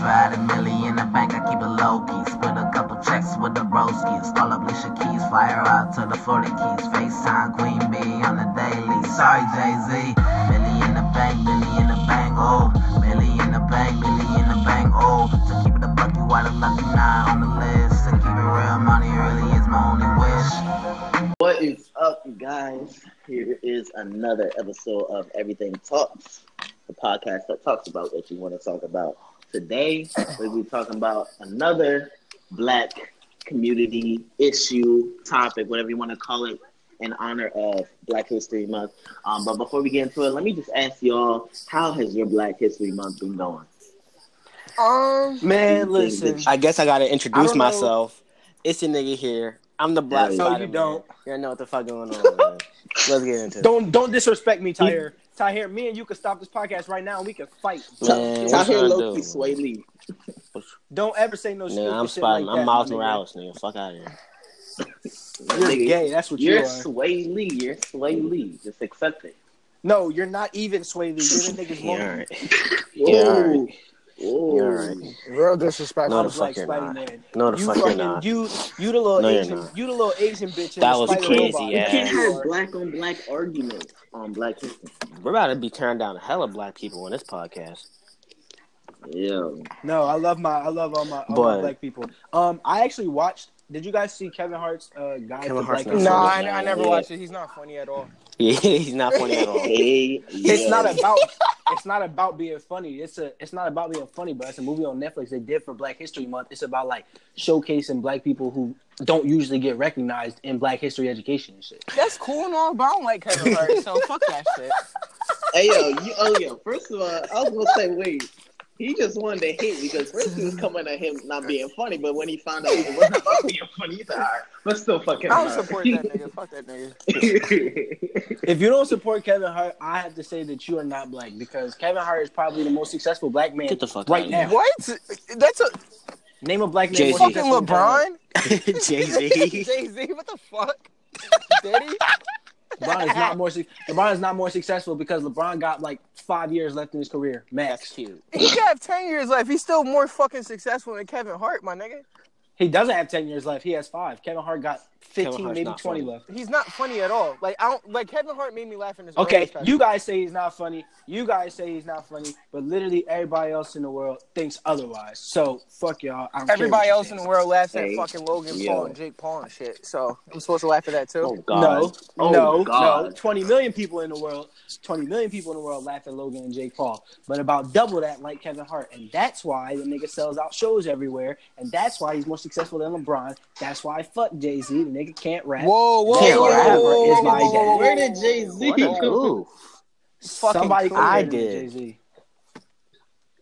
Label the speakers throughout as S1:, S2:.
S1: Ride a million in the bank, I keep it low key. Split a couple checks with the broskies. Call up Alicia Keys, fire out to the 40 keys. FaceTime Queen Bee on the daily. Sorry, Jay Z. Millie in the bank, Millie in the bank, oh. Millie in the bank, Millie in the bank, oh. So keep it a buck, you while the lucky nine on the list. And keep it real, money really is my only wish.
S2: What is up, you guys? Here is another episode of Everything Talks, the podcast that talks about what you want to talk about. Today, we'll be talking about another Black community issue, topic, whatever you want to call it, in honor of Black History Month. Um, but before we get into it, let me just ask y'all, how has your Black History Month been going?
S3: Um,
S4: Man, listen.
S5: I guess I gotta
S4: I
S5: introduce
S4: don't know.
S5: myself. It's a nigga here. I'm the black
S2: No, you
S5: Spider-Man.
S4: don't.
S5: You know what the fuck going on. man. Let's get into it.
S4: Don't don't disrespect me, Tyre. Tyre, me and you could stop this podcast right now and we could fight.
S5: Man,
S2: Out
S5: what
S2: here,
S5: y'all
S2: low-key
S5: do?
S2: Sway Lee.
S4: Don't ever say no shit.
S5: Nigga, I'm
S4: shit like
S5: Spider. I'm
S4: that,
S5: Miles
S4: nigga.
S5: Morales, nigga. Fuck out of here.
S4: You're
S2: Nigga,
S4: gay. That's what you
S2: You're
S4: are.
S2: Sway Lee. You're Sway Lee. Just accept it.
S4: no, you're not even Sway Lee. You're the nigga's woman.
S5: alright. Yeah, all right.
S2: Whoa.
S5: You're alright.
S3: real disrespectful.
S5: No,
S4: I'm
S5: the
S4: black
S5: fuck you're not.
S4: Spider-Man.
S5: No, the
S4: You
S5: fuck you're
S4: fucking
S5: not.
S4: you you the little
S5: No, you're
S4: Asian
S5: not.
S4: you the little Asian bitch. in
S5: That
S4: the
S5: was
S4: Spider
S5: crazy,
S4: robot.
S2: You
S5: yeah.
S2: can't have black on black arguments on black history.
S5: We're about to be turned down hella black people on this podcast.
S2: Yeah.
S4: No, I love my I love all my, all
S5: But-
S4: my black people. Um, I actually watched. Did you guys see Kevin Hart's uh, guide
S5: Kevin
S4: to
S5: Hart's
S4: black?
S5: not
S4: History?
S3: No,
S5: funny.
S3: I, I never
S2: Yeah.
S3: watched it. He's not funny at all.
S5: Yeah, he's not funny at all.
S2: Hey,
S4: It's
S2: yeah.
S4: not about it's not about being funny. It's a it's not about being funny, but it's a movie on Netflix they did for Black History Month. It's about like showcasing black people who don't usually get recognized in black history education and shit.
S3: That's cool and all, but I don't like Kevin Hart, so fuck that shit.
S2: Hey yo, you, oh yo. First of all, I was gonna say, wait. He just wanted to hit because first he was coming at him not being funny, but when he found out it wasn't about being funny, he's like, all right, let's still fucking.
S3: I don't support that nigga. Fuck that nigga.
S4: If you don't support Kevin Hart, I have to say that you are not black because Kevin Hart is probably the most successful black man.
S5: Get the fuck
S4: right
S5: out
S4: now.
S3: What? That's a
S4: Name a black man.
S5: Jay-Z.
S4: more successful
S3: fucking
S4: than Kevin Hart.
S3: LeBron.
S5: Jay
S3: Jay
S5: Z.
S3: Z. What the fuck? Diddy.
S4: LeBron is not more. su- LeBron is not more successful because LeBron got like five years left in his career
S5: That's
S4: max.
S5: cute.
S3: He got ten years left. He's still more fucking successful than Kevin Hart, my nigga.
S4: He doesn't have ten years left. He has five. Kevin Hart got
S5: Kevin
S4: fifteen,
S5: Hart's
S4: maybe
S5: not
S4: twenty
S5: funny.
S4: left.
S3: He's not funny at all. Like I don't like Kevin Hart made me laugh in this.
S4: Okay, you guys say he's not funny. You guys say he's not funny, but literally everybody else in the world thinks otherwise. So fuck y'all. I don't
S3: Everybody else in the world laughs at
S2: Hey,
S3: fucking Logan
S2: yo.
S3: Paul and Jake Paul and shit. So I'm supposed to laugh at that too.
S5: Oh God.
S4: No,
S2: Oh,
S4: no, no.
S2: God.
S4: Twenty million people in the world. Twenty million people in the world laugh at Logan and Jake Paul, but about double that like Kevin Hart, and that's why the nigga sells out shows everywhere, and that's why he's more successful than LeBron. That's why fuck Jay Z. The nigga can't rap.
S3: Whoa, whoa,
S5: Can't
S3: whoa,
S5: rap,
S3: whoa, whoa,
S4: is
S3: whoa,
S4: my
S3: whoa,
S4: dad.
S3: whoa,
S2: Where
S3: whoa,
S2: did
S3: whoa,
S2: Jay
S3: whoa,
S2: Z
S5: What a
S2: come?
S5: move.
S3: fucking
S4: Somebody
S3: cool.
S5: I
S4: compared him
S5: did.
S4: Jay Z.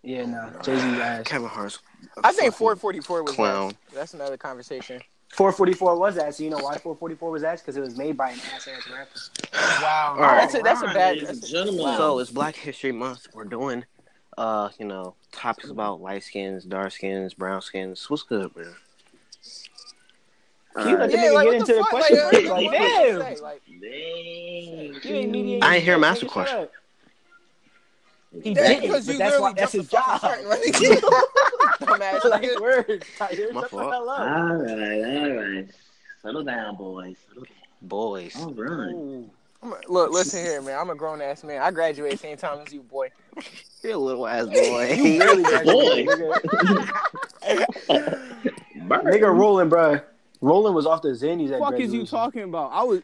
S4: Yeah, no, Jay Z ass.
S5: Kevin Hart's. a
S3: I think
S5: fucking
S3: 444 was
S5: clown.
S3: last. That's another conversation.
S4: 444 was ass. You know why 444 was ass? Because it was made by an ass ass rapper.
S3: Wow.
S5: All right.
S3: That's a that's a bad.
S2: Ladies and
S3: That's a,
S2: gentlemen.
S5: So it's Black History Month. We're doing, uh, you know, topics about light skins, dark skins, brown skins. What's good, man?
S2: All
S4: Can you let
S2: right.
S4: the
S3: yeah,
S4: nigga get
S3: like, what
S4: into
S3: the
S4: the
S3: fuck?
S4: question
S3: Like,
S4: first?
S3: what
S4: Like,
S3: the fuck you
S4: damn.
S3: say? Like,
S2: Dang.
S4: You ain't mediating.
S5: I ain't hear him
S4: shit,
S5: ask the
S4: nigga,
S5: question.
S4: shut up. He
S3: That's
S4: didn't.
S3: because
S4: but
S3: you
S4: that's, why,
S3: literally
S4: that's his
S3: jumped the
S4: job.
S3: fucking curtain, like, dumbass
S4: like,
S3: nigga.
S4: word. Tyler,
S5: My
S4: shut the
S5: fault.
S4: hell up.
S2: All right, all right. Settle down, boys. Settle down.
S5: Boys.
S2: All right.
S4: Ooh.
S3: I'm a- Look, listen here, man. I'm a grown ass man. I graduated same time as you, boy.
S5: You little ass
S4: You really got
S2: Boy.
S4: nigga.
S2: Burn.
S4: nigga rolling, bro. Roland was off the Zannies at
S6: fuck is you
S4: graduation.
S6: talking about? I was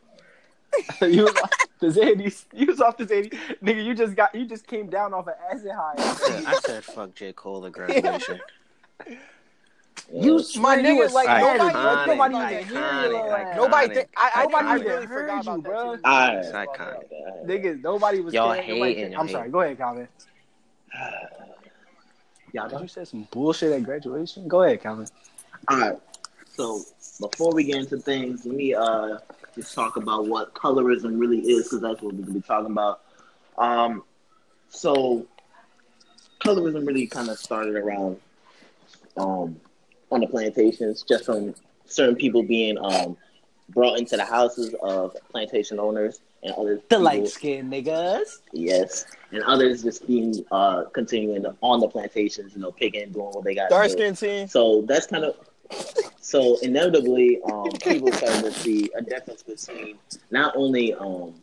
S4: you was off the Zannies. You was off the Zannies. Nigga, you just got you just came down off an acid high.
S5: I said fuck J. Cole at graduation.
S2: You
S3: My
S4: swear you
S3: nigga,
S4: was
S3: like
S5: iconic,
S3: nobody,
S5: iconic,
S3: nobody,
S4: nobody
S3: like,
S4: even heard your ass.
S5: iconic,
S3: nobody. Think, I, I,
S4: Nobody
S3: I
S4: even
S3: really
S4: heard
S3: forgot
S4: you,
S3: about that.
S4: bruh.
S3: too.
S2: All right.
S5: It's iconic.
S4: Niggas, nobody was
S5: Y'all
S4: caring, nobody
S5: hating,
S4: cared. I'm
S5: y'all
S4: sorry.
S5: hating.
S4: Go ahead, Calvin. Y'all did you say some bullshit at graduation? Go ahead, Calvin.
S2: All right. So before we get into things, let me uh just talk about what colorism really is, because that's what we're gonna be talking about. Um, so colorism really kind of started around um on the plantations, just from certain people being um brought into the houses of plantation owners and other
S4: The
S2: people-
S4: light skinned niggas.
S2: Yes, and others just being uh continuing on the plantations, you know, picking, doing what they got. to
S3: Dark
S2: do.
S3: skin team.
S2: So that's kind of so inevitably, um, people started to see a difference between not only um,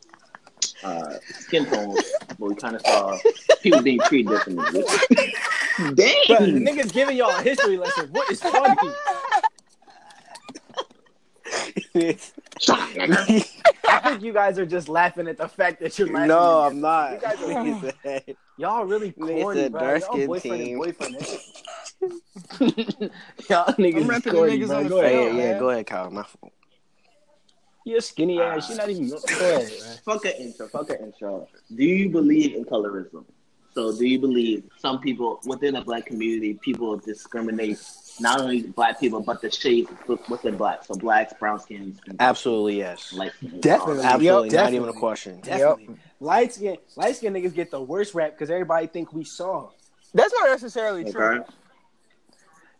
S2: uh, skin tones, but we kind of saw people being treated differently.
S4: Bro, the
S2: Dang,
S4: niggas giving y'all a history lesson. What is funny?
S2: shot, nigga.
S4: I think you guys are just laughing at the fact that you're laughing.
S5: No,
S4: at this.
S5: I'm not.
S4: You guys are-
S5: Nigga said-
S4: Y'all really
S5: Nigga
S4: corny,
S5: said
S4: bro. Y'all
S5: dark-skinned
S4: boyfriend
S5: team.
S4: and boyfriend. niggas. Y'all niggas
S3: I'm
S4: is
S3: repping the
S4: corny,
S3: niggas
S4: bro.
S3: on the
S4: Go
S5: Oh,
S4: ahead.
S5: yeah,
S3: Hell,
S5: yeah,
S3: man.
S5: go ahead, Kyle. My fault.
S4: You're skinny ass. You're not even. Go ahead, man.
S2: Fuck an intro. Fuck an intro. Do you believe in colorism? So, do you believe some people within the black community, people discriminate not only black people but the shades within black? So, blacks, brown skins, and
S5: Absolutely, yes.
S2: light skins.
S4: Definitely.
S5: Absolutely,
S4: Yep,
S5: not even a
S4: definitely.
S5: question.
S4: Definitely. Light skin, light skin niggas get the worst rap because everybody think we soft.
S3: That's not necessarily
S2: Okay.
S3: true.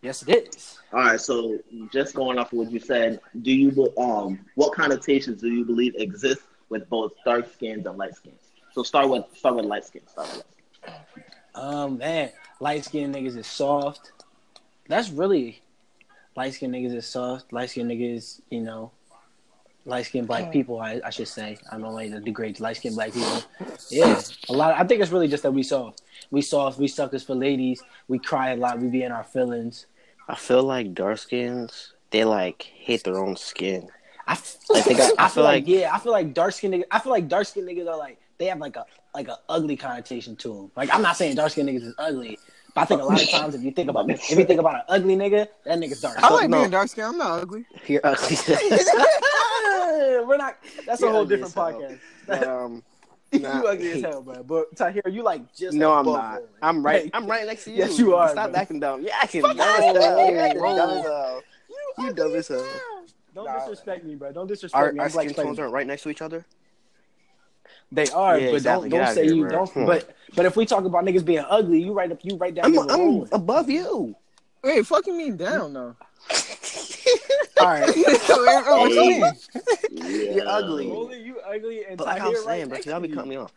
S4: Yes, it is.
S2: All right, so just going off of what you said, do you be- um what connotations do you believe exist with both dark skins and light skins? So start with start with light skins. Start with light skins.
S4: Um, man, light skinned niggas is soft. That's really light skinned niggas is soft. Light skinned niggas, you know, light skinned black people. I, I should say. I don't like to degrade light skinned black people. Yeah, a lot. I think it's really just that we soft. We soft. We suckers for ladies. We cry a lot. We be in our feelings.
S5: I feel like dark skins, they like hate their own skin.
S4: I feel,
S5: I think I- I feel
S4: feel like,
S5: like-
S4: yeah, I feel like dark skinned niggas. I feel like dark skinned niggas are like they have like a like a ugly connotation to them. Like I'm not saying dark skinned niggas is ugly, but I think a lot of times if you think about if you think about an ugly nigga, that nigga's dark.
S3: I like
S5: No.
S3: being dark skin. I'm not ugly.
S5: You're ugly. uh,
S4: We're not. That's a
S5: You're
S4: whole
S5: ugly
S4: different
S5: as hell.
S4: podcast.
S5: um, nah.
S4: you ugly as hell, bro. But Tahir, you like just
S5: no, I'm
S4: above
S5: not.
S4: her.
S5: I'm right.
S4: Like,
S5: I'm right next to you.
S4: Yes, you are,
S5: Stop
S4: bro.
S5: acting dumb. Yeah, I can.
S3: Fuck off.
S5: You're
S3: Roll.
S5: dumb as hell. You dumb as hell.
S4: Don't
S3: Nah.
S4: disrespect me, bro. Don't disrespect
S5: Our,
S4: me.
S5: our
S4: I'm black
S5: skin
S4: Spider-Man.
S5: tones aren't right next to each other.
S4: They are,
S5: Yeah,
S4: but
S5: exactly.
S4: don't
S5: Get
S4: don't
S5: outta
S4: say
S5: here,
S4: you
S5: bro.
S4: don't.
S5: Come on.
S4: But but if we talk about niggas being ugly, you right up, you right down.
S5: I'm,
S4: there with
S5: I'm
S4: Roland.
S5: above you.
S3: Wait, fucking me down though.
S4: all right.
S3: what you mean?
S2: Yeah.
S5: You're ugly.
S4: Rolly, you ugly and
S5: But like I
S4: Tahir
S5: was saying,
S4: right
S5: bro,
S4: next
S5: y'all be
S4: to you.
S5: cutting me off.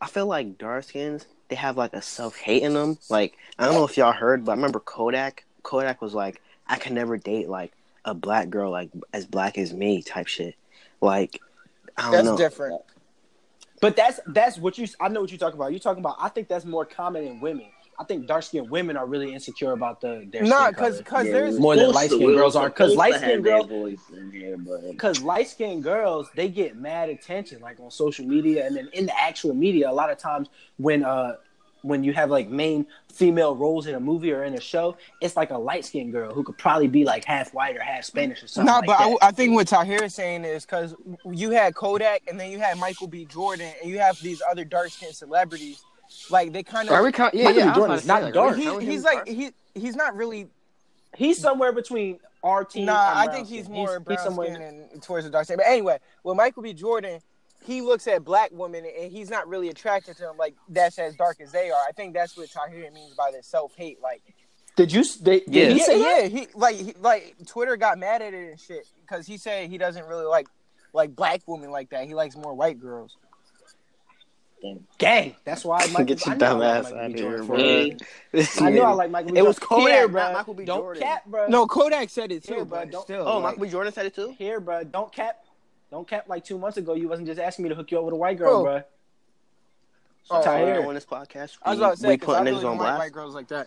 S5: I feel like dark skins, they have like a self hate in them. Like I don't know if y'all heard, but I remember Kodak. Kodak was like, I can never date like a black girl like as black as me type shit. Like I don't
S3: That's
S5: know.
S3: different.
S4: But that's that's what you. I know what you're talking about. You're talking about. I think that's more common in women. I think dark skinned women are really insecure about the their
S3: Nah,
S4: skin color.
S3: cause cause
S2: Yeah,
S3: there's
S2: we
S4: More than
S2: supposed
S4: light-skinned
S2: to- we
S4: girls
S2: were
S4: are, 'cause
S2: supposed to
S4: light-skinned
S2: have that
S4: girls-
S2: voice in here, but
S4: Because light skinned girls, they get mad attention, like on social media and then in the actual media. A lot of times when uh when you have like main female roles in a movie or in a show, it's like a light skinned girl who could probably be like half white or half Spanish or something.
S3: No,
S4: like
S3: but
S4: that.
S3: I, I think what Tahir is saying is because you had Kodak and then you had Michael B. Jordan and you have these other dark skinned celebrities. Like they kind of.
S5: we count?
S4: Michael B. Jordan is not dark.
S3: He, he's like he he's not really.
S4: he's somewhere between our team.
S3: Nah,
S4: and
S3: I
S4: brown
S3: think he's
S4: skin.
S3: more
S4: he's
S3: brown
S4: somewhere.
S3: skinned and towards the dark skin. But anyway, with Michael B. Jordan, he looks at black women and he's not really attracted to them like that's as dark as they are. I think that's what Tahir means by the self hate. Like
S4: Did you? Did, did
S5: Yeah.
S4: he
S3: yeah,
S4: say that?
S3: yeah, he like he, like Twitter got mad at it and shit because he said he doesn't really like like black women like that. He likes more white girls.
S4: Gang. That's why Michael.
S5: Get your
S4: I know I
S5: dumb
S4: like
S5: ass
S4: Michael
S5: out
S4: B.
S5: of here,
S4: Jordan.
S5: bro.
S2: Hey,
S4: I know I like Michael. B.
S5: It was
S4: Jordan.
S5: Kodak,
S4: Here,
S5: not
S4: bruh.
S5: Michael B.
S4: Don't
S5: Jordan.
S4: cap, bro.
S3: No, Kodak said it
S4: Yeah,
S3: too,
S4: but
S3: but
S4: don't-
S3: still.
S5: Oh,
S3: like-
S5: Michael B. Jordan said it too.
S4: here, bro. Don't cap. Don't cap. Like two months ago, you wasn't just asking me to hook you up with a white girl,
S3: Bro.
S4: bro.
S5: So
S4: Tired.
S5: Tyler, on this podcast,
S3: I was about to
S5: we
S3: say because
S5: put
S3: I
S5: niggas
S3: really
S5: on
S3: don't like white
S5: blast.
S3: girls like that.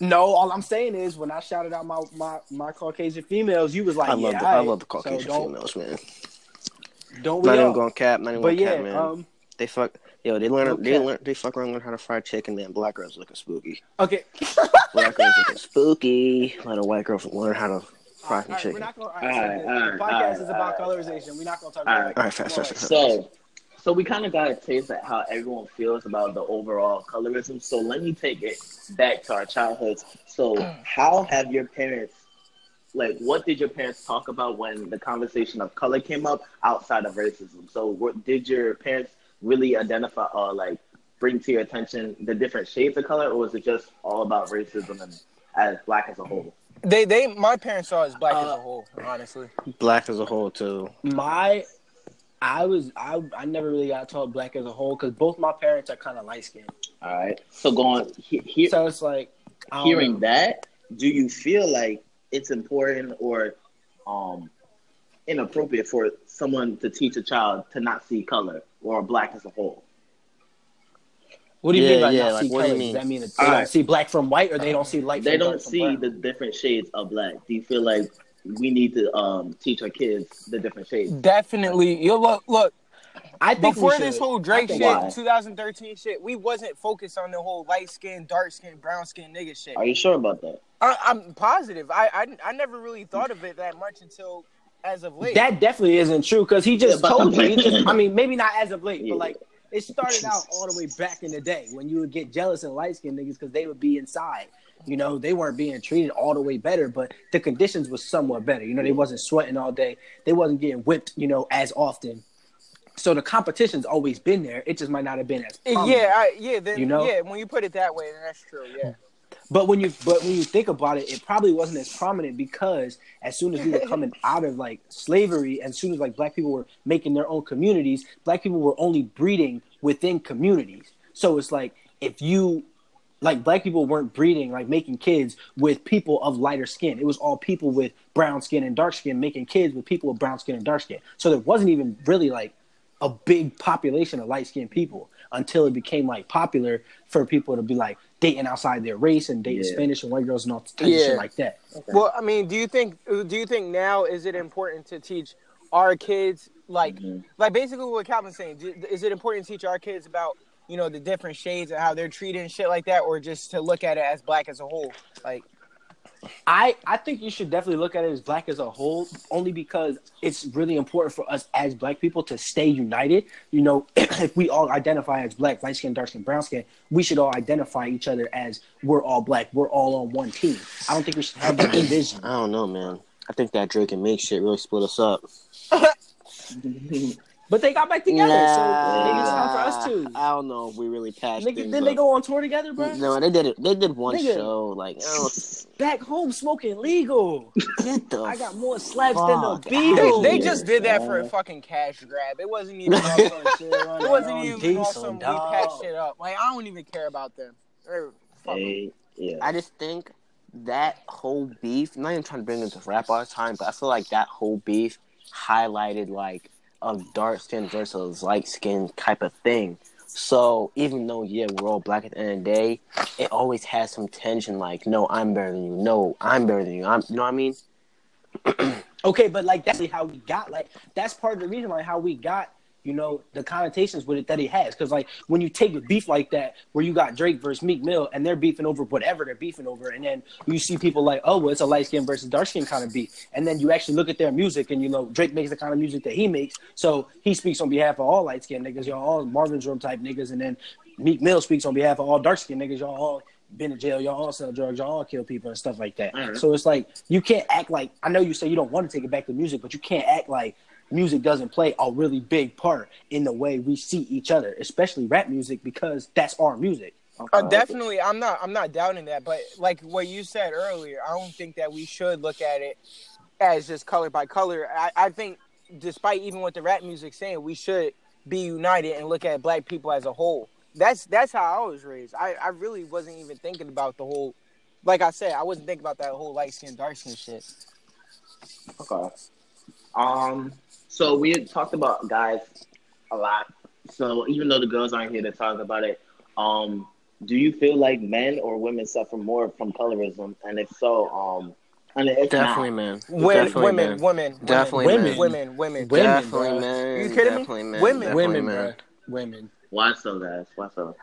S4: No, all I'm saying is when I shouted out my my, my Caucasian females, you was like,
S5: I love
S4: yeah,
S5: the I
S4: alright.
S5: love the Caucasian
S4: so don't,
S5: females, man.
S4: Don't we
S5: Not even
S4: all?
S5: going cap, not even
S4: But
S5: going
S4: yeah,
S5: cap, man.
S4: um,
S5: They fuck. Yo, they learn.
S4: No
S5: They
S4: cap.
S5: learn. They fuck around, learn how to fry chicken. Then black girls looking spooky.
S4: okay.
S5: Black girls looking spooky. Let a white girl learn how to fry some
S4: Alright, we're
S5: chicken.
S4: not gonna. All
S2: Alright,
S4: right, so
S2: alright,
S4: the podcast
S2: alright,
S4: is about
S2: alright.
S4: colorization. We're not gonna talk
S2: Alright.
S4: about.
S5: All right, fast, fast, fast.
S2: So, so we kind of got a taste of how everyone feels about the overall colorism. So let me take it back to our childhoods. So how have your parents, like, what did your parents talk about when the conversation of color came up outside of racism? So what did your parents really identify or like bring to your attention the different shades of color, or was it just all about racism and as black as a whole?
S3: They they my parents saw it as black as
S4: Uh,
S3: a whole, honestly.
S5: Black as a whole too.
S4: My, I was I I never really got taught black as a whole because both my parents are kind of light skinned.
S2: All right. So going he, he,
S4: So it's like I don't
S2: hearing
S4: know.
S2: that, do you feel like it's important or um inappropriate for someone to teach a child to not see color or black as a whole?
S4: What do you
S5: Yeah,
S4: mean by
S5: yeah,
S4: not
S5: like,
S4: see
S5: what
S4: color?
S5: do you
S4: Does
S5: mean?
S4: that mean that they
S2: All
S4: don't
S2: right.
S4: see black from white or they don't see light?
S2: They
S4: from
S2: don't
S4: dark from
S2: see
S4: brown?
S2: the different shades of black. Do you feel like we need to um teach our kids the different shades?
S4: Hmm.
S3: Definitely. You look look
S4: I think we
S3: before this
S4: should.
S3: whole Drake shit,
S2: Why?
S3: 2013 shit, we wasn't focused on the whole light skin, dark skin, brown skin nigga shit.
S2: Are you sure about that?
S3: I, I'm positive. I, I I never really thought of it that much until as of late.
S4: That definitely isn't true because he just
S2: Yeah, but-
S4: told you. He just, I mean, maybe not as of late,
S2: Yeah.
S4: but like it started out all the way back in the day when you would get jealous and light skinned niggas because they would be inside. You know, they weren't being treated all the way better, but the conditions was somewhat better. You know, they wasn't sweating all day, they wasn't getting whipped. You know, as often. So the competition's always been there. It just might not have been as
S3: Um, yeah,
S4: prominent.
S3: I, yeah, then
S4: You know?
S3: yeah, when you put it that way, then that's true. Yeah.
S4: But when you but when you think about it, it probably wasn't as prominent because as soon as we were coming out of like slavery, and as soon as like black people were making their own communities, black people were only breeding within communities. So it's like if you like black people weren't breeding like making kids with people of lighter skin. It was all people with brown skin and dark skin making kids with people with brown skin and dark skin. So there wasn't even really like a big population of light skinned people until it became like popular for people to be like dating outside their race and dating
S2: Yeah.
S4: Spanish and white girls and all types of
S3: Yeah.
S4: shit like that.
S3: Well, I mean, do you think do you think now is it important to teach our kids like
S4: Mm-hmm.
S2: Mhm.
S3: like basically what Calvin's saying? do- Is it important to teach our kids about you know the different shades and how they're treated and shit like that, or just to look at it as black as a whole? Like,
S4: I, I think you should definitely look at it as black as a whole, only because it's really important for us as black people to stay united. You know, if we all identify as black, light skin, dark skin, brown skin, we should all identify each other as we're all black. We're all on one team. I don't think we should have that division.
S5: I don't know, man. I think that Drake and Meek shit really split us up.
S4: But they got back together, so maybe it's time for us
S5: Nah,
S4: to.
S5: I don't know if we really patched
S4: Nigga,
S5: things
S4: then they
S5: up.
S4: go on tour together, bro.
S5: No, they did it. They did one
S4: Nigga.
S5: show. Like, I don't
S4: Back home smoking legal.
S5: get the.
S4: I got more slaps than the
S5: Fuck.
S3: they,
S4: Beatles.
S3: they
S2: yeah,
S3: just did that for a
S2: man.
S3: fucking cash grab. It wasn't even.
S4: Y'all
S3: it
S4: some shit running
S3: wasn't
S4: on
S3: even
S4: diesel,
S3: awesome. We
S4: dawg.
S3: patched it up. Like, I don't even care about them. They're- fuck 'em.
S2: Hey, Eh, yeah.
S5: I just think that whole beef. Not even trying to bring into rap all the time, but I feel like that whole beef highlighted like a dark skin versus light skin type of thing. So even though yeah, we're all black at the end of the day, it always has some tension. Like, no, I'm better than you. No, I'm better than you. I'm, you know what I mean?
S4: Okay, but like that's how we got like that's part of the reason like how we got you know the connotations with it that it has because like when you take a beef like that where you got Drake versus Meek Mill and they're beefing over whatever they're beefing over and then you see people like oh well it's a light skin versus dark skin kind of beef and then you actually look at their music and you know Drake makes the kind of music that he makes so he speaks on behalf of all light skin niggas y'all all Marvin's Room type niggas and then Meek Mill speaks on behalf of all dark skin niggas y'all all been in jail y'all all sell drugs y'all all kill people and stuff like that
S2: Mhm.
S4: so it's like you can't act like I know you say you don't want to take it back to music but you can't act like music doesn't play a really big part in the way we see each other, especially rap music, because that's our music.
S3: Uh, definitely, I'm not. I'm not doubting that. But like what you said earlier, I don't think that we should look at it as just color by color. I, I think, despite even what the rap music's saying, we should be united and look at black people as a whole. That's that's how I was raised. I, I really wasn't even thinking about the whole. Like I said, I wasn't thinking about that whole light skin, dark skin shit.
S2: Okay. Um. So we had talked about guys a lot. So even though the girls aren't here to talk about it, um, do you feel like men or women suffer more from colorism? And if so, um, and if
S5: Definitely,
S2: not,
S5: man.
S3: Women,
S5: Definitely,
S3: women,
S5: man.
S3: women,
S5: Definitely,
S3: women,
S5: man.
S3: women, women,
S4: Women,
S5: definitely,
S4: bruh.
S5: man.
S3: You kidding me?
S5: Definitely, man.
S3: Women.
S5: Definitely,
S4: women,
S5: man.
S4: bruh. women,
S2: why so, guys? Why so?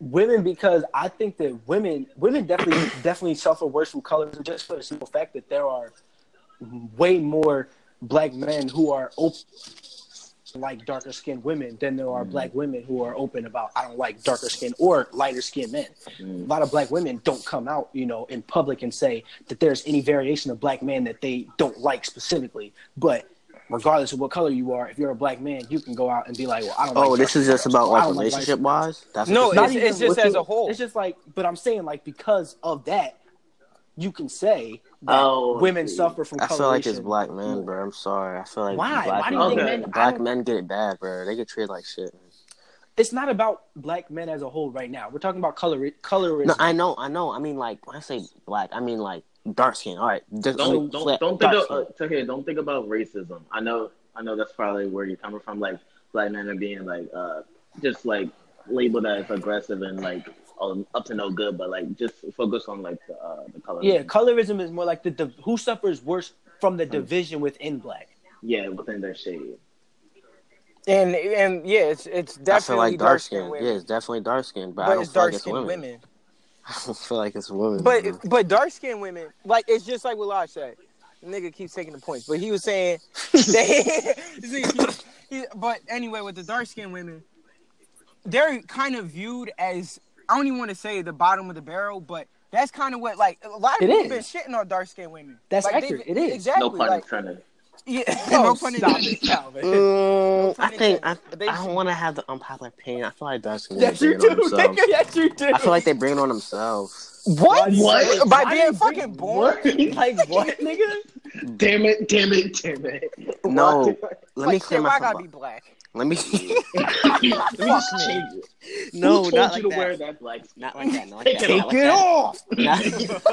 S4: women, because I think that women, women definitely, definitely suffer worse from colorism just for the simple fact that there are way more black men who are open like darker skinned women than there are
S5: Mm.
S4: black women who are open about I don't like darker skinned or lighter skinned men.
S5: Mm.
S4: a lot of black women don't come out, you know, in public and say that there's any variation of black men that they don't like specifically. But regardless of what color you are, if you're a black man, you can go out and be like, well, I don't.
S5: Oh,
S4: like
S5: this
S4: dark
S5: is just
S4: girls. Or,
S5: about
S4: "I
S5: like
S4: don't light
S5: relationship wise. That's
S3: No,
S5: what
S4: Not
S3: it's,
S4: even
S3: it's just
S4: looking-
S3: as a whole.
S4: It's just like, but I'm saying like because of that, you can say that
S2: Oh,
S4: women
S2: see.
S4: suffer from
S5: I
S4: coloration.
S5: feel like it's black men, bro. I'm sorry. I feel like
S4: Why?
S5: black
S4: Why do
S2: you
S5: men,
S2: think
S5: get-
S4: men- I
S5: black
S4: don't-
S5: men get it bad, bro. They get treated like shit. man.
S4: It's not about black men as a whole right now. We're talking about color colorism.
S5: No, I know, I know. I mean, like when I say black, I mean like dark skin. All right, just, I mean,
S2: don't
S5: flat-
S2: don't don't think
S5: dark
S2: of,
S5: skin.
S2: uh, to here. Don't think about racism. I know I know that's probably where you're coming from. Like black men are being like uh just like labeled as aggressive and like um, up to no good. But like just focus on like the uh, the color.
S4: yeah, colorism is more like the, the who suffers worse from the division within black.
S2: yeah, within their shade.
S3: and and yeah, it's it's
S5: I feel
S3: definitely
S5: like dark skin.
S3: women,
S5: Yeah, it's definitely dark skin, but, I
S3: but
S5: don't
S3: it's
S5: feel
S3: dark
S5: like it's
S3: skinned
S5: women.
S3: women.
S5: I don't feel like it's women.
S3: But
S5: bro.
S3: but dark skinned women, like it's just like what Lodge said. The nigga keeps taking the points, but he was saying, that- see, he- he- but anyway, with the dark skinned women, they're kind of viewed as I don't even want to say the bottom of the barrel, but that's kind of what like a lot of
S4: It
S3: people
S4: is.
S3: been shitting on dark skinned women.
S4: That's
S3: Like, they've-
S4: accurate. It is.
S3: exactly.
S2: no pun
S3: like,
S2: intended.
S3: yeah,
S4: Oh,
S3: no
S4: stop
S3: pun intended.
S4: it, Calvin.
S5: Mm, I
S3: They-
S5: think I,
S3: they-
S5: I don't want to have the unpopular opinion. I feel like dark skin.
S4: Yes,
S5: bring
S4: you
S5: it on
S4: do.
S5: themselves.
S4: Nigga, yes, you do.
S5: I feel like they bring it on themselves.
S4: Why
S3: What?
S4: do you-
S2: What?
S3: By
S4: Why do
S3: being
S4: you bring-
S3: fucking born?
S4: like what, nigga?
S2: Damn it! Damn it! Damn it!
S5: No,
S2: Why-
S5: Let me
S3: Like,
S5: clear
S3: shit,
S5: my.
S3: why I gotta
S5: fuck-
S3: be black?
S5: Let me.
S2: Let me just
S3: Fuck me.
S2: change it.
S5: no,
S2: Who told
S5: not
S2: you
S5: like
S2: to
S5: that.
S2: wear that black? skin?
S5: Not like that. Not like
S2: Take
S5: that.
S2: it
S5: not like that. not, not
S3: off!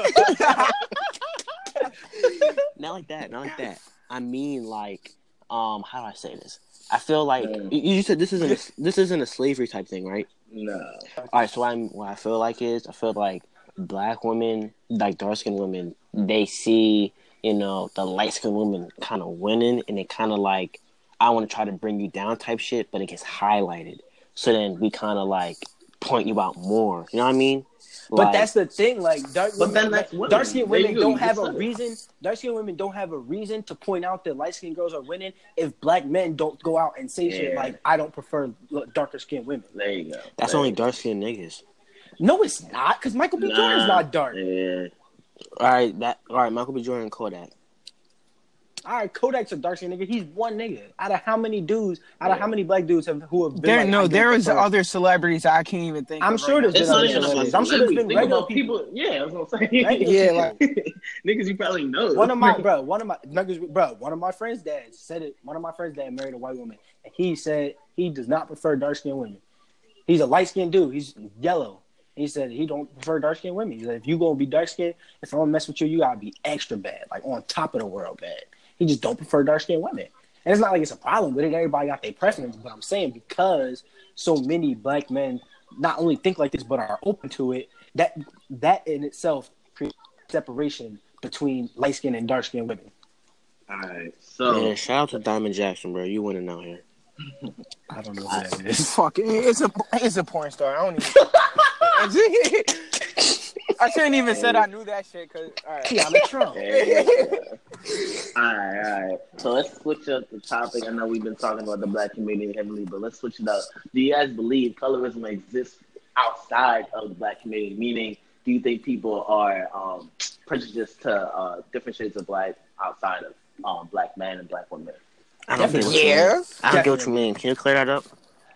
S5: like that. Not like that. I mean, like, um, how do I say this? I feel like
S2: Mm.
S5: you, you said this isn't a, this isn't a slavery type thing, right?
S2: No.
S5: All right. So what I'm what I feel like is I feel like black women, like dark skinned women, they see you know the light skinned women kind of winning, and they kind of like I want to try to bring you down type shit, but it gets highlighted. So then we kind of like point you out more. You know what I mean?
S4: But that's the thing, like dark
S2: But then
S4: women,
S2: that's women.
S4: dark skinned
S2: They
S4: women
S2: do,
S4: don't
S2: you
S4: have a
S2: said it.
S4: reason. Dark skinned women don't have a reason to point out that light skinned girls are winning if black men don't go out and say shit
S2: Yeah.
S4: like "I don't prefer darker skinned women."
S2: There you go.
S5: that's
S2: There
S5: only
S2: you go.
S5: dark skinned niggas.
S4: No, it's not, because Michael B. Jordan's
S2: Nah.
S4: not dark.
S2: Yeah.
S5: All right, that all right. Michael B. Jordan Kodak.
S4: All right, Kodak's a dark skinned nigga. He's one nigga out of how many dudes? Out of how many black dudes have who have been?
S3: There,
S4: like, I
S3: no,
S4: don't
S3: there is
S4: prefer-
S3: other celebrities I can't even think.
S4: I'm
S3: of
S4: sure
S3: right
S4: there's
S2: It's
S4: been
S2: not
S4: other
S2: even about
S4: celebrities. I'm sure there's been
S2: Think
S4: regular
S2: about
S4: people.
S2: people. Yeah, I was gonna say.
S4: Regular
S3: Yeah,
S2: niggas you probably know.
S4: One of my bro, one of my niggas, bro, one of my friends' dads said it. One of my friends' dad married a white woman, and he said he does not prefer dark skinned women. He's a light skinned dude. He's yellow. He said he don't prefer dark skinned women. He said if you gonna be dark skinned, if I'm gonna mess with you, you gotta be extra bad, like on top of the world bad. He just don't prefer dark skinned women. And it's not like it's a problem with it. Everybody got their preference, but I'm saying because so many black men not only think like this but are open to it, that that in itself creates separation between light skinned and dark skinned women.
S2: All right. So
S5: Man, shout out to Diamond Jackson, bro. You winning out here.
S4: I don't know who that
S3: now.
S4: is.
S3: Fuck, it- it's a it's a porn star. I don't even. I shouldn't even said I knew that shit. Cause all right.
S4: Kiana Trump.
S2: Hey, all right, all right. So let's switch up the topic. I know we've been talking about the black community heavily, but let's switch it up. Do you guys believe colorism exists outside of the black community? Meaning, do you think people are um, prejudiced to uh, different shades of black outside of um, black men and black women?
S5: I don't get what you mean.
S3: Yeah,
S5: I don't get what you mean. Can you clear that up?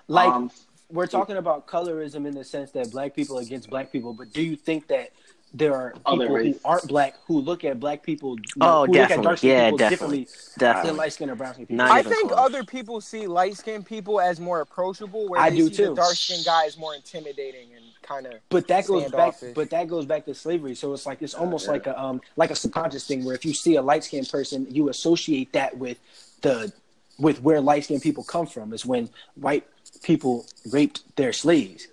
S4: Like
S2: Um,
S4: we're talking about colorism in the sense that black people against black people, but do you think that there are
S2: Other
S4: people who
S2: races.
S4: aren't black who look at black people
S5: Oh,
S4: who look
S5: definitely.
S4: at dark skinned
S5: Yeah,
S4: people
S5: definitely.
S4: differently than
S5: Definitely.
S4: light skinned or brown skinned people?
S5: Not
S3: I
S5: even
S3: think
S5: close.
S3: other people see light skinned people as more approachable, where
S4: I
S3: they
S4: do
S3: see
S4: too.
S3: the dark skinned guy as more intimidating and kind of.
S4: But that goes back.
S3: Standoffish.
S4: But that goes back to slavery. So it's like it's almost
S2: yeah.
S4: like a um like a subconscious thing where if you see a light skinned person, you associate that with the with where light skinned people come from. Is when white people raped their slaves.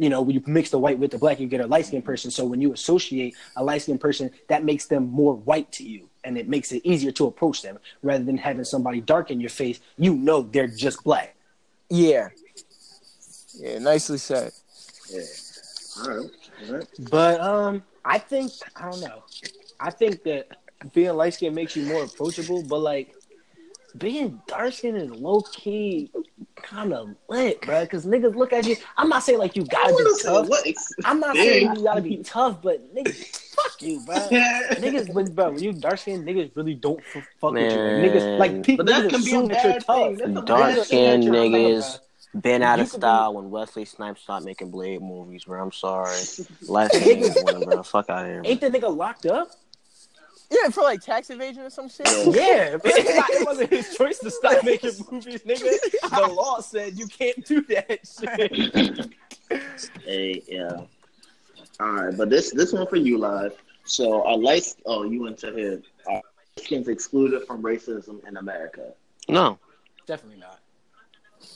S4: You know, when you mix the white with the black, you get a light skinned person. So when you associate a light skinned person, that makes them more white to you, and it makes it easier to approach them rather than having somebody dark in your face. You know, they're just black.
S3: Yeah. Yeah, nicely said.
S2: yeah. All right. All right.
S4: But um, I think I don't know. I think that being light skinned makes you more approachable, but like being dark skinned is low key kind of lit, bro. Because niggas look at you. I'm not saying like you gotta be tough. I'm not saying you gotta be tough, but niggas, fuck you, bro. niggas, when bro, when you dark skinned, niggas really don't f- fuck with you.
S5: Man.
S4: Niggas like people
S2: But that
S4: niggas
S2: can be a
S4: assume that you're
S2: bad thing.
S4: tough.
S2: That's a bad
S5: Dark
S2: thing.
S5: skinned
S4: Niggas-
S5: niggas been out
S3: You
S5: of
S3: could be-
S5: style when Wesley Snipes stopped making Blade movies, bro. I'm sorry. Life ain't that one, bro. Fuck out here.
S4: Ain't that nigga locked up?
S3: Yeah, for like tax evasion or some shit.
S4: Yeah, but it's not- it wasn't his choice to stop making movies, nigga. The law said you can't do that shit.
S2: Hey, yeah. All right, but this this one for you, live. So our lights. Oh, you went to here. Our skins excluded from racism in America.
S5: No.
S4: Definitely not.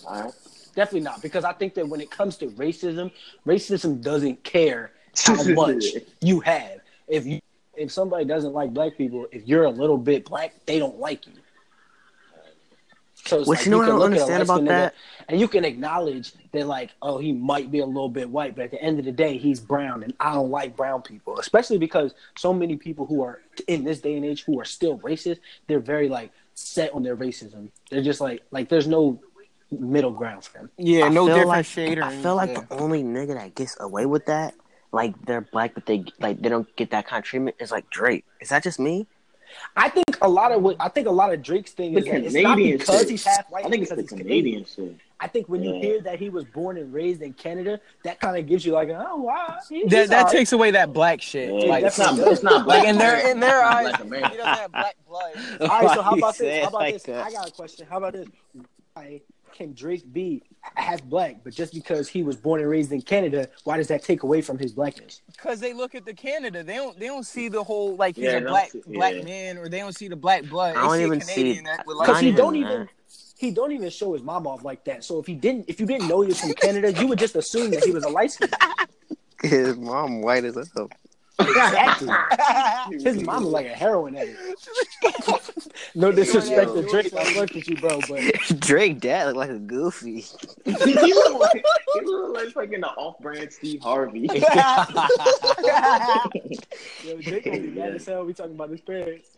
S2: All right.
S4: Definitely not. Because I think that when it comes to racism, racism doesn't care how much you have. If you if somebody doesn't like black people, if you're a little bit black, they don't like you. So it's
S5: What
S4: like
S5: you know what
S4: can
S5: I don't
S4: look at a
S5: understand about
S4: light-skinned nigga
S5: that?
S4: and you can acknowledge that like, oh, he might be a little bit white, but at the end of the day, he's brown, and I don't like brown people, especially because so many people who are in this day and age who are still racist, they're very like set on their racism. They're just like like there's no middle ground for them.
S3: Yeah,
S5: I
S3: no
S5: feel
S3: different
S5: like-
S3: shade or
S5: I feel like
S3: anything.
S5: the only nigga that gets away with that, like they're black but they like they don't get that kind of treatment, is like Drake. Is that just me?
S4: I think a lot of what I think a lot of Drake's thing is
S2: The
S4: that it's not
S2: Canadian
S4: because
S2: shit.
S4: he's half white.
S2: I think it's the
S4: because he's
S2: Canadian shit.
S4: I think when you
S2: Yeah.
S4: hear that he was born and raised in Canada, that kind of gives you like, oh wow, he- he's
S3: That that
S4: alright.
S3: takes away that black shit.
S2: Yeah,
S3: Like,
S2: it's not.
S4: that's-
S2: It's not black.
S3: like in their in their eyes,
S2: Black
S3: he
S2: American.
S3: doesn't have black blood.
S4: All right, so how about this? How about this?
S5: uh,
S4: I got a question. How about this? Why can Drake be half black, but just because he was born and raised in Canada, why does that take away from his blackness?
S3: Because they look at the Canada, they don't they don't see the whole like he's
S2: Yeah,
S3: a
S2: they don't
S3: black
S2: see-
S3: black
S2: yeah.
S3: man or they don't see the black blood. They
S5: I don't
S3: see
S5: even
S3: a Canadian
S5: see-
S3: that would
S5: I
S4: Because
S3: like
S4: he
S5: even-
S4: don't even
S5: uh.
S4: he don't even show his mom off like that. So if he didn't, if you didn't know he was from Canada, you would just assume that he was a light skin.
S5: His mom white as hell.
S4: Exactly.
S3: him.
S4: His mom is like a heroin addict. No disrespect to Drake, I worked with you, bro, but
S5: Drake dad look like a goofy.
S2: he look like he look like fucking an off-brand Steve Harvey.
S4: yo, Drake gonna be mad as hell. We talking about his parents.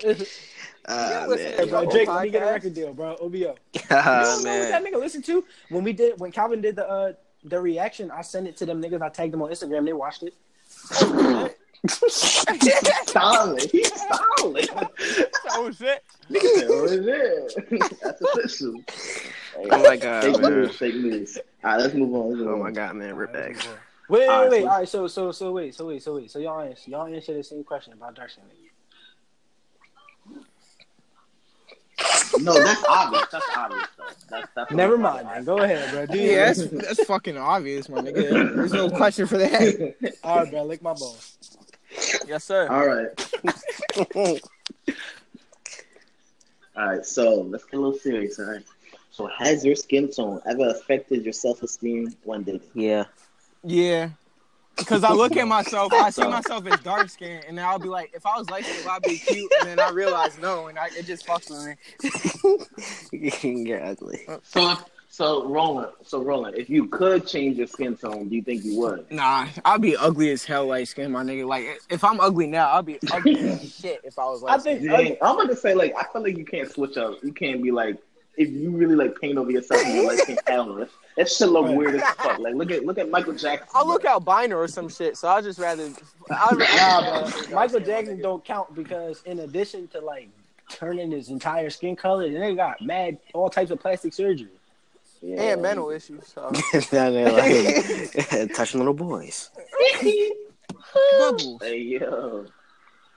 S5: Ah,
S3: listen
S5: man.
S4: Hey, bro,
S3: Yo,
S4: Drake, let me get a
S3: podcast.
S4: record deal, bro. OBO. you
S5: Ah,
S4: don't know what that
S5: man.
S4: nigga listened to when we did when Calvin did the uh the reaction. I sent it to them niggas. I tagged them on Instagram. They watched it.
S2: solid. He's solid.
S3: oh shit!
S2: Nigga said, "What is it?" That's official.
S5: Oh my god,
S2: Fake
S5: man.
S2: news. Fake news. All right, let's move on. Let's move
S5: Oh
S2: on.
S5: my god, man. Rip back.
S4: Wait,
S2: All
S4: wait,
S2: right,
S4: wait.
S2: so-
S4: All right, so so so wait, so wait, so wait. So y'all answer y'all answer the same question about dark skin.
S2: No, that's obvious. That's obvious. Though. That's, that's
S4: Never mind, man. Go ahead, bro. Do
S3: Yeah,
S4: yeah.
S3: that's that's fucking obvious, my nigga. There's no question for that.
S4: All right, bro. Lick my balls.
S3: Yes, sir.
S2: All right. All right. So let's get a little serious. All right. So has your skin tone ever affected your self-esteem when dating?
S5: Yeah.
S3: Yeah. Because I look at myself, I see
S2: So-
S3: myself as dark skinned, and then I'll be like, if I was light skinned, I'd be cute, and then I realize no, and I, it just fucks with me.
S5: You're ugly.
S4: Oh.
S2: So, if, so Roland, so Roland, if you could change your skin tone, do you think you would?
S3: Nah, I'll be ugly as hell, light skinned, my nigga. Like, if I'm ugly now, I'll be ugly as shit if I was
S4: I
S3: light skinned.
S4: think
S2: I'm about to say like I feel like you can't switch up. You can't be like if you really like paint over yourself and you're like can't That shit look weird as fuck. Like look at look at Michael Jackson.
S3: I'll look albino or some shit, so I'll just rather. I'll,
S4: Nah, bro. Michael Jackson don't count because in addition to like turning his entire skin color, then they got mad all types of plastic surgery.
S3: And mental issues. So.
S5: That nigga like, touching little boys.
S3: Bubbles.
S2: Hey yo.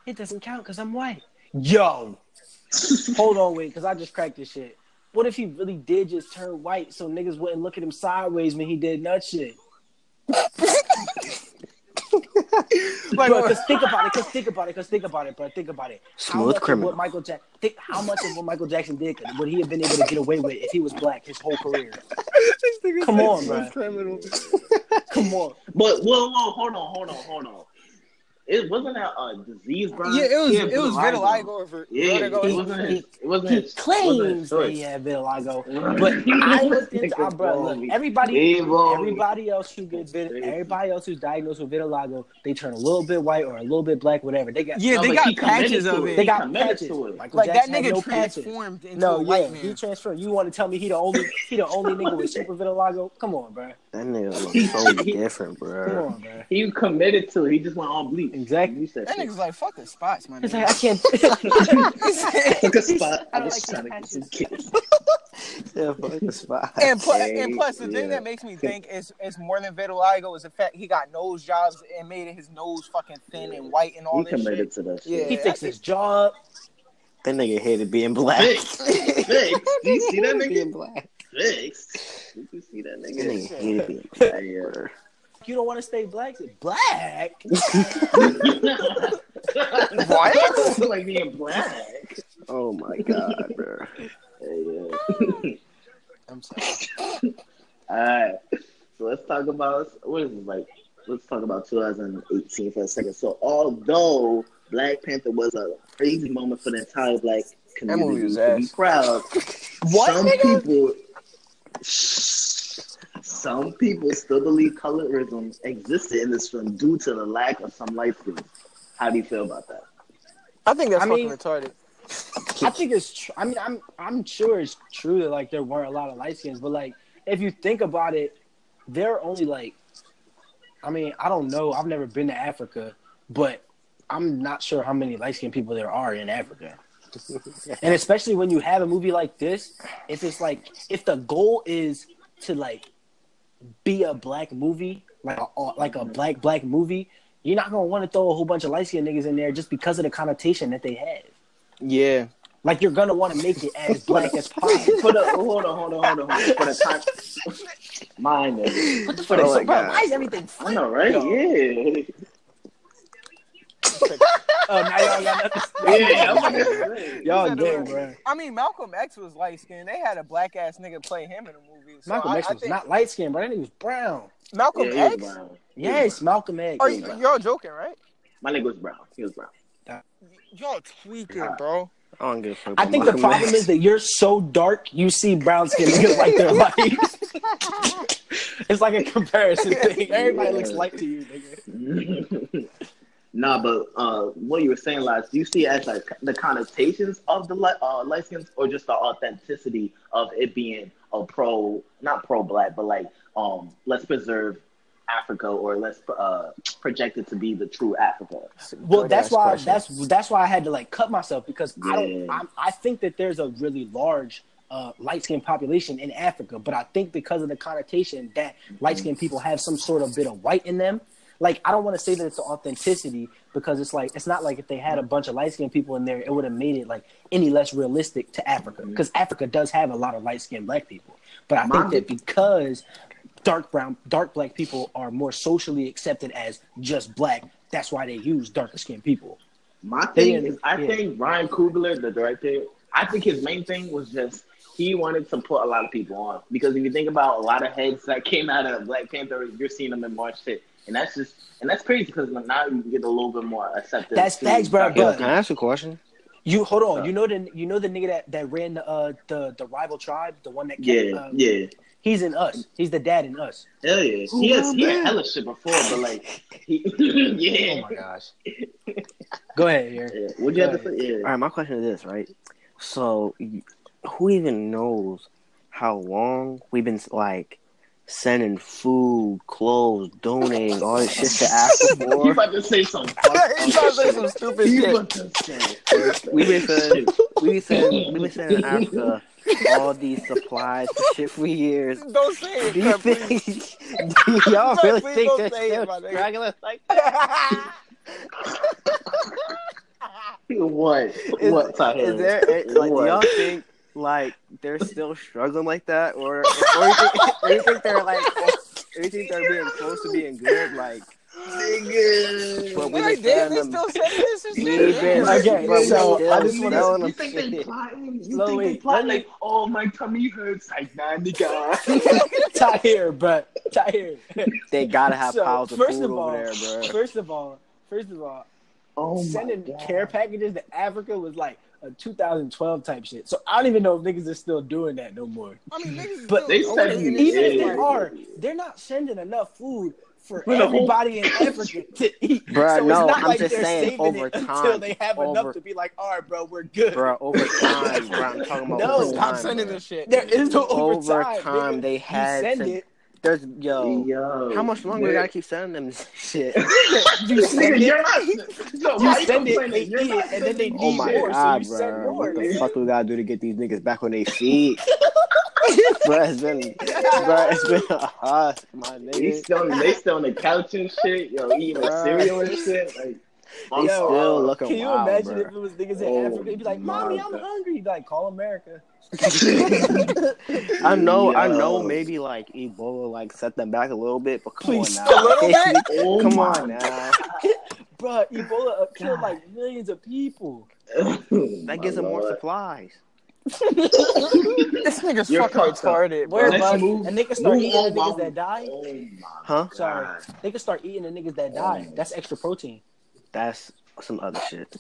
S4: It doesn't count because I'm white. Yo, hold on, wait, because I just cracked this shit. What if he really did just turn white so niggas wouldn't look at him sideways when he did nut shit?
S3: Like,
S4: Bro, cause think about it, cause think about it, cause think about it, bro. Think about it. How
S5: Smooth
S4: much of
S5: criminal.
S4: What Michael Jack- think how much of what Michael Jackson did could- would he have been able to get away with if he was black his whole career? Come on, bro.
S3: Criminal.
S4: Come on.
S2: But whoa, whoa, hold on, hold on, hold on. It wasn't that a disease, bro.
S3: Yeah, it was it was vitiligo. over-
S2: Yeah, it
S3: vitiligo.
S2: wasn't. It wasn't.
S4: He
S2: his- wasn't
S4: claims
S2: his
S4: that
S2: choice.
S4: he had vitiligo.
S2: Right.
S4: But I looked into our
S2: Niggas
S4: brother.
S2: wrong.
S4: Look, everybody,
S2: They wrong.
S4: everybody else who gets vit, everybody else who's diagnosed with vitiligo, they turn a little bit white or a little bit black, whatever. They got
S3: Yeah,
S2: No,
S3: they
S2: but
S3: got
S2: he committed
S3: patches
S2: to
S3: of
S2: it.
S3: it.
S4: they got
S2: committed
S4: patches.
S2: to it.
S4: Michael
S3: like that
S4: Jackson had
S3: nigga
S4: no patches.
S3: transformed into
S4: No,
S3: a
S4: yeah,
S3: white
S4: he
S3: man.
S4: transferred. You want to tell me he the only he the only nigga with super vitiligo? Come on, bro.
S5: That nigga looks so different,
S4: Come
S5: bro.
S4: on, bro.
S2: He committed to it. He just went all bleach.
S4: Exactly.
S2: You said
S3: that nigga's like, fuck the spots, my
S4: He's
S3: nigga.
S4: like, I can't.
S2: Took a spot.
S4: I
S2: I
S4: don't
S2: was
S4: like
S2: trying to
S4: these
S2: get some kids.
S5: Yeah, fuck the spot.
S3: And, pl-
S2: Okay,
S3: and plus, the thing
S2: yeah.
S3: that makes me think is is more than vitiligo is the fact he got nose jobs and made his nose fucking thin and white and all
S2: He
S3: this
S2: committed
S3: shit.
S2: to that
S3: Yeah.
S2: shit.
S4: He fixed his jaw up.
S5: That nigga hated being black.
S2: Fixed. Fixed. Do you see that
S5: Being
S2: nigga?
S5: black.
S2: Fixed. Did you see that
S5: That nigga
S2: nigga?
S5: hated being
S2: Yeah, yeah.
S4: You don't want to stay black. Black.
S2: what? like being black.
S5: Oh my god, bro.
S2: Yeah.
S3: I'm sorry.
S2: Alright. So let's talk about what is it like? Let's talk about 2018 for a second. So although Black Panther was a crazy moment for the entire black
S3: movie
S2: community
S3: was
S2: to be
S3: ass.
S2: proud,
S3: What,
S2: some
S3: nigga?
S2: people some people still believe colorism existed in this film due to the lack of some light skins. How do you feel about that?
S3: I think that's
S4: I
S3: fucking
S4: mean-
S3: retarded.
S4: I think it's. Tr- I mean, I'm. I'm sure it's true that like there weren't a lot of light skins, but like if you think about it, there are only like. I mean, I don't know. I've never been to Africa, but I'm not sure how many light skinned people there are in Africa. and especially when you have a movie like this, if it's like if the goal is to like be a black movie, like a like a black black movie, you're not gonna want to throw a whole bunch of light skinned niggas in there just because of the connotation that they have.
S5: Yeah.
S4: Like you're gonna want to make it as black as possible.
S2: For the hold on, hold on, hold on, hold on. For the time, mine. nigga.
S4: What the
S5: fuck is- bro, why
S4: is everything
S2: I know, right? Yeah.
S4: Oh, now y'all got nothing.
S2: Yeah, I'm gonna say.
S4: Y'all
S3: Is that
S4: gay,
S3: a-
S4: bro.
S3: I mean, Malcolm X was light skinned. They had a black ass nigga play him in a movie. So
S4: Malcolm
S3: I,
S4: X
S3: I
S4: was
S3: think-
S4: not light skinned, bro. That nigga was brown.
S3: Malcolm
S2: Yeah, he was
S3: X.
S2: brown.
S4: Yes, Malcolm X.
S3: Are
S2: he was
S3: you,
S2: brown.
S3: y'all joking, right?
S2: My nigga was brown. He was brown.
S3: Y'all tweaking, bro.
S5: I don't give a fuck.
S4: I
S5: about
S4: think the
S5: Malcolm
S4: problem
S5: X.
S4: is that you're so dark, you see brown skinned niggas like they're light. it's like a comparison thing. Everybody looks light to you, nigga.
S2: nah, but uh, what you were saying, last, do you see it as like the connotations of the li- uh, license, or just the authenticity of it being a pro, not pro black, but like um, let's preserve Africa, or let's uh, project it to be the true Africa.
S4: Well, that's
S5: Good-ass
S4: why
S5: question.
S4: that's that's why I had to like cut myself because I
S2: Yeah.
S4: don't. I'm, I think that there's a really large uh, light skinned population in Africa, but I think because of the connotation that light skinned people have some sort of bit of white in them. Like I don't want to say that it's authenticity because it's like it's not like if they had a bunch of light skinned people in there, it would have made it like any less realistic to Africa
S2: Mm-hmm.
S4: because Africa does have a lot of light skinned black people. But I
S2: Mom-
S4: think that because dark brown dark black people are more socially accepted as just black that's why they use darker skinned people
S2: My thing
S4: Yeah,
S2: is, I
S4: yeah.
S2: think Ryan Coogler, the director, I think his main thing was just he wanted to put a lot of people on because if you think about a lot of heads that came out of Black Panther, you're seeing them in March shit, and that's just and that's crazy because now you can get a little bit more accepted.
S4: That's
S2: to-
S4: facts, bro,
S5: Yo,
S4: but-
S5: can I ask you a question?
S4: you hold on
S2: Uh.
S4: you know the you know the nigga that that ran the uh the the rival tribe the one that
S2: Yeah,
S4: kept, uh,
S2: yeah,
S4: he's in us he's the dad in us
S2: hell yeah.
S5: Who
S2: He has
S5: wrote
S2: he
S5: that?
S2: had hella shit before, but like, he,
S4: oh
S2: yeah.
S4: my gosh go ahead here
S2: yeah. Would you have to say?
S5: All
S2: Yeah.
S5: right, my question is this, right? So, y- who even knows how long we've been like sending food, clothes, donating all this shit to Africa
S2: You
S5: for?
S2: about to say some fucked up
S3: He's about to say
S2: shit.
S3: some stupid
S2: You
S3: shit.
S2: about to say-
S5: We've been sending, we've been sending, we've been sending Africa all these supplies and shit for years.
S3: Don't say it.
S5: Do you
S3: Cut, please.
S5: think, do y'all
S3: Cut,
S5: really
S3: please
S5: think
S3: don't
S5: that
S3: say it, my
S5: shit
S3: nigga.
S5: regular? Like,
S2: What?
S5: is,
S2: what?
S5: is
S2: Tahir?
S5: there like do
S2: What?
S5: y'all think like they're still struggling like that, or or you think, or you think they're like, or you think they're being close to being good? Like,
S2: Nigga.
S5: But we
S3: They
S5: just
S3: did.
S5: found
S3: They
S5: them.
S3: still said this and
S5: We've been-
S3: shit.
S4: Okay,
S5: but we
S4: so
S5: still
S4: I just wanna-
S5: selling
S2: You
S5: them
S2: think they
S5: shit.
S2: plotting? You
S4: Low
S2: think they
S4: weight.
S2: plotting?
S4: Low
S2: Like, oh, my tummy hurts. Like, nah, nigga.
S4: Ty here but Ty here
S5: They gotta have
S4: So,
S5: piles of
S4: first
S5: food
S4: of all-
S5: over there, bro.
S4: first of all first of all
S2: Oh
S4: sending care packages to africa was like a 2012 type shit so i don't even know if niggas are still doing that no more
S3: I mean, niggas
S4: But
S2: they
S3: still
S2: said
S3: donating
S2: he
S3: this
S4: Even
S3: shit,
S4: if
S2: Yeah.
S4: they
S3: like-
S4: are, they're not sending enough food for
S2: For the whole
S4: everybody in Africa to eat.
S5: Bruh,
S4: so it's
S5: no,
S4: not
S5: I'm
S4: like
S5: just
S4: they're
S5: saying
S4: saving
S5: over
S4: it
S5: time,
S4: until they have
S5: over-
S4: enough to be like, all right, bro, we're good.
S5: bro, over time, bro. I'm talking about
S4: No, stop
S5: over time.
S3: Stop sending
S5: bro.
S3: this shit.
S4: There is no
S5: Over
S4: overtime.
S5: time,
S4: nigga.
S5: they
S4: You
S5: had
S4: send
S5: to-
S4: it.
S5: There's yo,
S2: Yo,
S5: how much longer we
S2: nigga.
S5: gotta keep sending them this shit?
S4: You
S2: Nigga,
S4: send it.
S2: you're not. Yo,
S4: You
S2: why you
S4: send it,
S2: complaining?
S4: they
S2: You're
S4: eat
S2: not
S4: it, and then they
S2: sending
S4: need
S5: Oh my
S4: more, so
S5: god,
S4: you send
S5: bro!
S4: more,
S5: What the
S4: nigga.
S5: fuck we gotta do to get these niggas back on their feet? bro, it's been, bro, it's been a hot, my
S2: You
S5: nigga.
S2: still, they still on the couch and shit. Yo, eating like
S5: Bruh.
S2: cereal and shit. Like,
S5: They
S2: yo,
S5: still looking
S4: Can you
S5: wild,
S4: imagine
S5: bro.
S4: if it was niggas in
S2: Oh,
S4: Africa? They'd be like, "Mommy, I'm
S2: my God.
S4: hungry." He'd be like, "Call America."
S5: I know, I
S2: Yo.
S5: know. Maybe like Ebola like set them back a little bit, but come
S4: Please
S5: on
S3: A
S5: now,
S3: little bit.
S2: Oh
S5: come
S2: my
S5: on now.
S4: Bro, Ebola uh, killed
S2: God.
S4: like millions of people.
S5: That gives them more supplies.
S3: This nigga's
S2: You're
S3: fucking
S2: fucked up.
S3: retarded,
S4: Where,
S3: bro.
S2: Let's
S4: bud?
S2: move-
S4: And they can start
S2: move
S4: eating the
S2: on,
S4: niggas
S2: Bobby.
S4: that die.
S2: Oh my
S5: Huh?
S4: Sorry, they can start eating the niggas that die. That's extra protein.
S5: That's some other shit.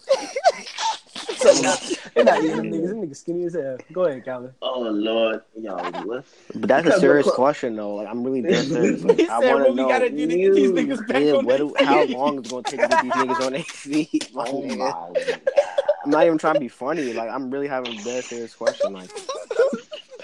S4: So they're not eating them niggas. Them niggas skinny as hell. Go ahead, Calvin.
S2: Oh lord, yo, what's
S5: But that's a
S2: Because
S5: serious
S2: look-
S5: question, though. Like, I'm really dead serious. Like, I
S4: said,
S5: want
S4: "What
S5: to
S4: we
S5: know.
S4: gotta do to get these niggas back
S5: yeah,
S4: on
S5: what
S4: their
S5: do- how
S4: feet?
S5: long it's gonna take to get these niggas on their feet? My
S2: oh
S5: nigga.
S2: my?
S5: I'm not even trying to be funny. Like, I'm really having a dead serious question. Like,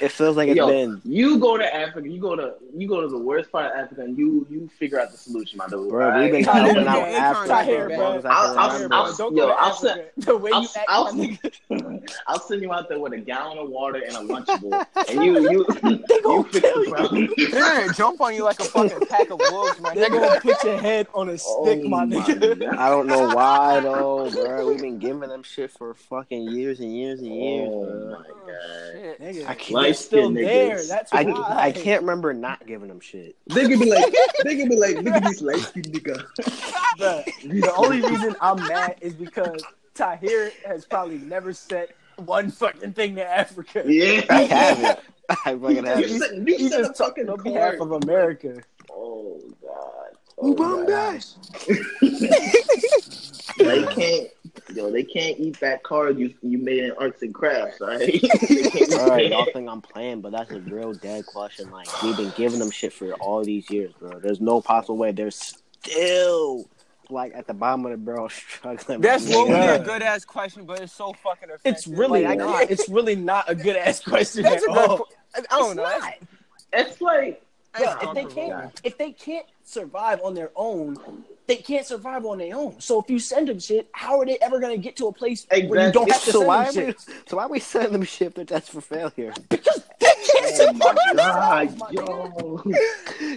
S5: it feels like it's
S2: Yo.
S5: been,
S2: You go to Africa, you go to you go to the worst part of Africa, and you you figure out the solution, my dude.
S5: bro. We've been
S3: Ty
S5: helping
S3: Herr,
S5: out
S3: man,
S5: Africa
S3: Ty Herr,
S5: for as long
S4: man.
S5: as I
S2: I'll- I'll-
S5: can remember.
S2: I'll-
S4: Don't
S2: yo,
S4: go to
S2: I'll
S4: Africa. the way you
S2: I'll-
S4: act,
S2: I'll-
S4: my nigga.
S2: I'll send you out there with a gallon of water and a lunchable, and you you
S4: They gonna
S2: you fix
S4: kill
S2: the
S4: you.
S2: problem.
S3: They're gonna jump on you like a fucking pack of wolves, my
S4: They're
S3: nigga.
S4: gonna put your head on a stick,
S2: Oh
S4: my nigga.
S2: God.
S5: I don't know why though, bro. We've been giving them shit for fucking years and years and years.
S2: Oh
S5: bro.
S2: my god.
S3: Shit.
S4: Nigga,
S5: I
S4: I
S5: can't-
S2: Light-skinned
S4: still
S2: niggas.
S4: there. That's why.
S5: I, I can't remember not giving them shit.
S2: They could be like, they could be like, look at this light skinned nigga.
S4: Bruh, the only reason I'm mad is because Tahir has probably never said one fucking thing to Africa.
S5: I
S2: Yeah.
S5: haven't. I fucking
S2: You
S5: haven't.
S2: said, you
S4: He's
S2: said a
S4: just
S2: fucking
S4: talking on behalf
S2: card.
S4: of America.
S2: Oh god. Oh, God.
S5: guys.
S2: They can't. Yo, they can't eat that card you you made in arts and crafts, all right? They can't eat
S5: All right, y'all
S2: that.
S5: think I'm playing, but that's a real dead question. Like we've been giving them shit for all these years, bro. There's no possible way they're still like at the bottom of the barrel struggling.
S3: That's
S5: Nigga.
S3: literally
S4: Yeah.
S3: a good ass question, but it's so fucking offensive.
S4: It's really
S3: Like, I
S4: not.
S3: can't-
S4: It's really not a good ass question
S3: That's a
S4: at
S3: good.
S4: all.
S3: I I don't know. That's,
S2: It's like
S3: that's
S4: Bruh, if they
S3: comparable.
S4: can't, if they can't survive on their own, they can't survive on their own. So if you send them shit, how are they ever gonna get to a place where you don't
S2: Exactly.
S4: have to
S5: So
S4: send
S5: why,
S4: them
S5: are we,
S4: shit?
S5: so why are we sending them shit if they're test for failure?
S2: oh my
S4: themselves, my
S2: god, yo.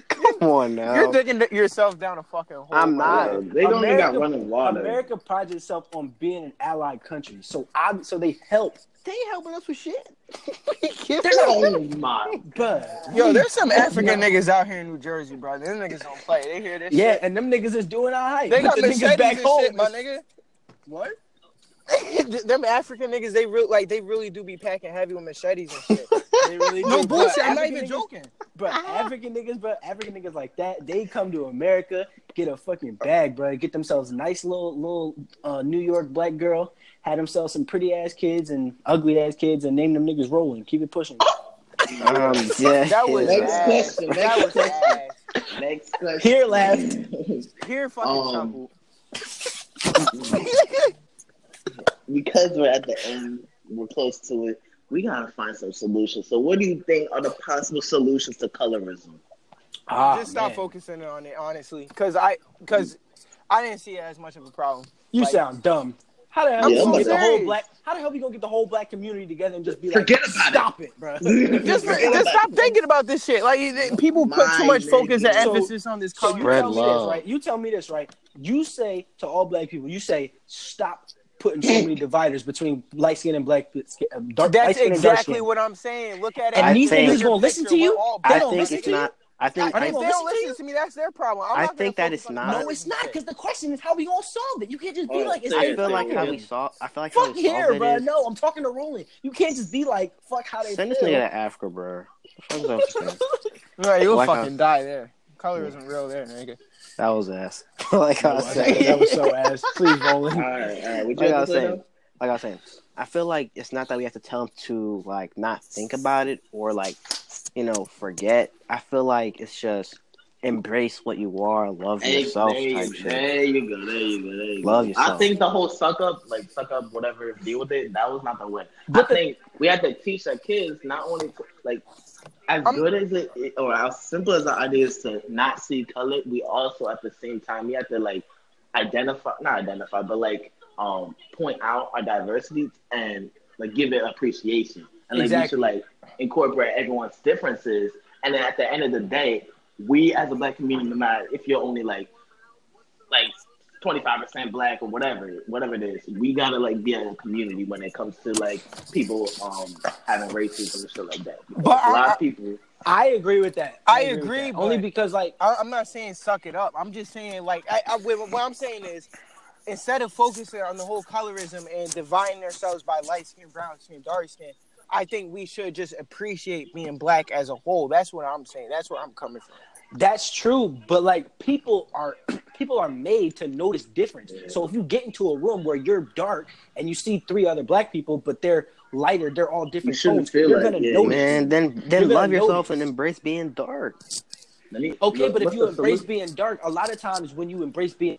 S5: Come on now.
S3: You're digging th- yourself down a fucking hole.
S5: I'm
S4: Oh
S3: bro.
S5: not.
S2: Yo, they don't even got
S4: America-
S2: running water.
S4: America prides itself on being an allied country, so I, so they help.
S5: they ain't helping us with shit. We give
S4: They're
S5: them-
S2: Oh my
S4: But
S3: Yo, there's some African niggas out here in New Jersey, bro. Them niggas don't play. They hear this
S4: yeah,
S3: shit.
S4: and them niggas is doing all right.
S3: They got
S4: But the
S3: machetes
S4: niggas back
S3: and
S4: home.
S3: shit, my nigga.
S4: What?
S3: them African niggas, they real like they really do be packing heavy with machetes and shit.
S4: They really
S3: no
S4: do.
S3: bullshit.
S4: But
S3: I'm not
S4: African
S3: even
S4: niggas-
S3: joking.
S4: But African niggas, but African niggas like that, they come to America, get a fucking bag, bro. Get themselves a nice little little uh, New York black girl, had themselves some pretty ass kids and ugly ass kids, and name them niggas rolling. Keep it pushing.
S5: Um, yeah.
S3: That was
S2: Next
S3: ass.
S2: question,
S3: That
S2: next
S3: was ass.
S2: next question.
S4: Here last.
S3: Here fucking
S2: Um,
S3: trouble.
S2: because we're at the end, we're close to it. We gotta find some solutions. So, what do you think are the possible solutions to colorism?
S4: Ah,
S3: Just stop
S4: man.
S3: focusing on it, honestly, because I because I didn't see it as much of a problem.
S4: You
S3: Like-
S4: sound dumb. How the hell
S2: I'm
S4: you gonna get the
S3: serious.
S4: whole black? How the hell you gonna get the whole black community together and just be like,
S2: Forget about it.
S4: stop it, bro?
S3: Just, just stop thinking about this shit. Like it- people put
S2: My
S3: too much focus and
S2: nigga.
S4: So-
S3: emphasis on this
S4: So you
S3: color.
S5: Spread
S4: tell
S5: love.
S4: me this, right? You tell me this, right? You say to all black people, you say stop putting so many dividers between light skin and black skin, uh, dark light
S3: That's
S4: skin and dark
S3: exactly
S4: skin.
S3: what I'm saying. Look at it.
S4: And
S5: I
S4: these
S5: think-
S4: niggas gonna listen to you?
S5: I
S4: don't
S5: think
S4: listen
S5: it's
S4: to you?
S5: not. I think.
S4: Are they
S5: I,
S3: If
S4: gonna
S3: they don't
S4: listen to
S3: listen to me, that's their problem. I'm
S5: I
S3: not
S5: think
S3: gonna
S5: that
S3: focus
S5: it's
S3: on
S5: not-
S4: No, it's not. Because the question is how we gonna solve it. You can't just be
S2: Oh,
S4: like, it's
S2: yeah,
S5: I
S4: their
S5: feel like
S4: thing.
S5: how we saw. I feel like how
S4: Fuck
S5: we saw
S4: here,
S5: it
S4: bro.
S5: is-
S4: No, I'm talking to Roland. You can't just be like, fuck how they
S5: Send this
S4: feel.
S5: nigga to Africa, bro. What the fuck is up with that?
S3: No, you'll
S5: Black
S3: fucking die there. Color isn't real there, nigga.
S5: That was ass. like I was saying,
S4: that was so ass. Please,
S2: All
S4: Roland.
S2: right, all right. What you
S5: like I
S2: have
S5: was
S2: to say?
S5: saying,
S2: though?
S5: like I was saying, I feel like it's not that we have to tell them to like not think about it or like you know forget. I feel like it's just embrace what you are, love
S2: Hey,
S5: yourself
S2: there, you,
S5: type shit.
S2: there you go, there you go, there you go.
S5: Love yourself.
S2: I think the whole suck up, like suck up, whatever, deal with it. That was not the way. I
S4: But the-
S2: think we have to teach our kids not only to, like as
S4: Um,
S3: I'm-
S2: good as it or as simple as the idea is to not see color. We also at the same time we have to like identify, not identify, but like um point out our diversity and like give it appreciation. And like
S4: Exactly.
S2: we should like incorporate everyone's differences. And then at the end of the day, we as a black community, no matter if you're only like like twenty five percent black or whatever, whatever it is, we gotta like be a community when it comes to like people um having racism and shit like that. Because
S3: But
S2: a lot
S3: I-
S2: of people
S4: I agree with that.
S3: I
S4: with
S3: agree,
S4: that. only
S3: but-
S4: because like
S3: I, I'm not saying suck it up. I'm just saying like I, I, what what I'm saying is instead of focusing on the whole colorism and dividing ourselves by light skin, brown skin, dark skin, I think we should just appreciate being black as a whole. That's what I'm saying. That's where I'm coming from.
S4: That's true, but like people are people are made to notice difference. So if you get into a room where you're dark and you see three other black people, but they're lighter, they're all different
S2: shouldn't
S4: tones,
S2: feel
S4: you're
S2: like-
S4: gonna
S2: yeah,
S4: notice.
S5: Man, then
S4: You're
S5: then
S4: gonna
S5: love
S4: notice.
S5: yourself and embrace being dark.
S2: let me-
S4: Okay,
S2: look,
S4: but if
S2: what's
S4: you
S2: the
S4: embrace
S2: solution?
S4: being dark, a lot of times when you embrace being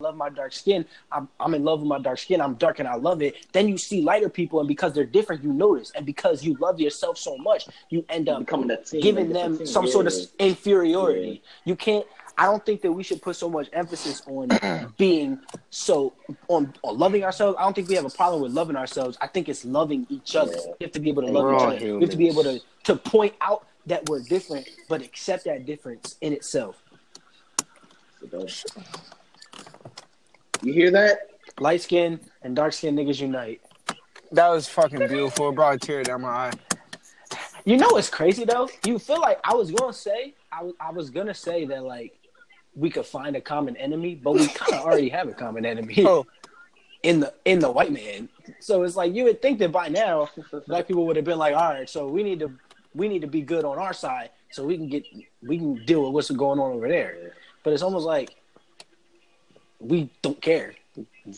S4: love my dark skin, I'm I'm in love with my dark skin, I'm dark and I love it. Then you see lighter people and because they're different, you notice. And because you love yourself so much, you end up
S2: becoming a team,
S4: giving
S2: like, it's a
S4: them
S2: team,
S4: some sort of
S2: yeah.
S4: inferiority. You can't. I don't think that we should put so much emphasis on being so on, on loving ourselves. I don't think we have a problem with loving ourselves. I think it's loving each other.
S2: Yeah.
S4: We have to be able to
S5: And
S4: love
S5: we're
S4: each
S5: all
S4: other. We have to be able
S5: humans.
S4: to to point out that we're different, but accept that difference in itself.
S2: You hear that?
S4: Light skin and dark skin niggas unite.
S3: That was fucking beautiful. It brought a tear down my eye.
S4: You know what's crazy though? You feel like I was gonna say I was I was gonna say that like we could find a common enemy, but we kind of already have a common enemy.
S3: Oh,
S4: in the in the white man. So it's like you would think that by now black people would have been like, all right, so we need to we need to be good on our side so we can get we can deal with what's going on over there. But it's almost like we don't care.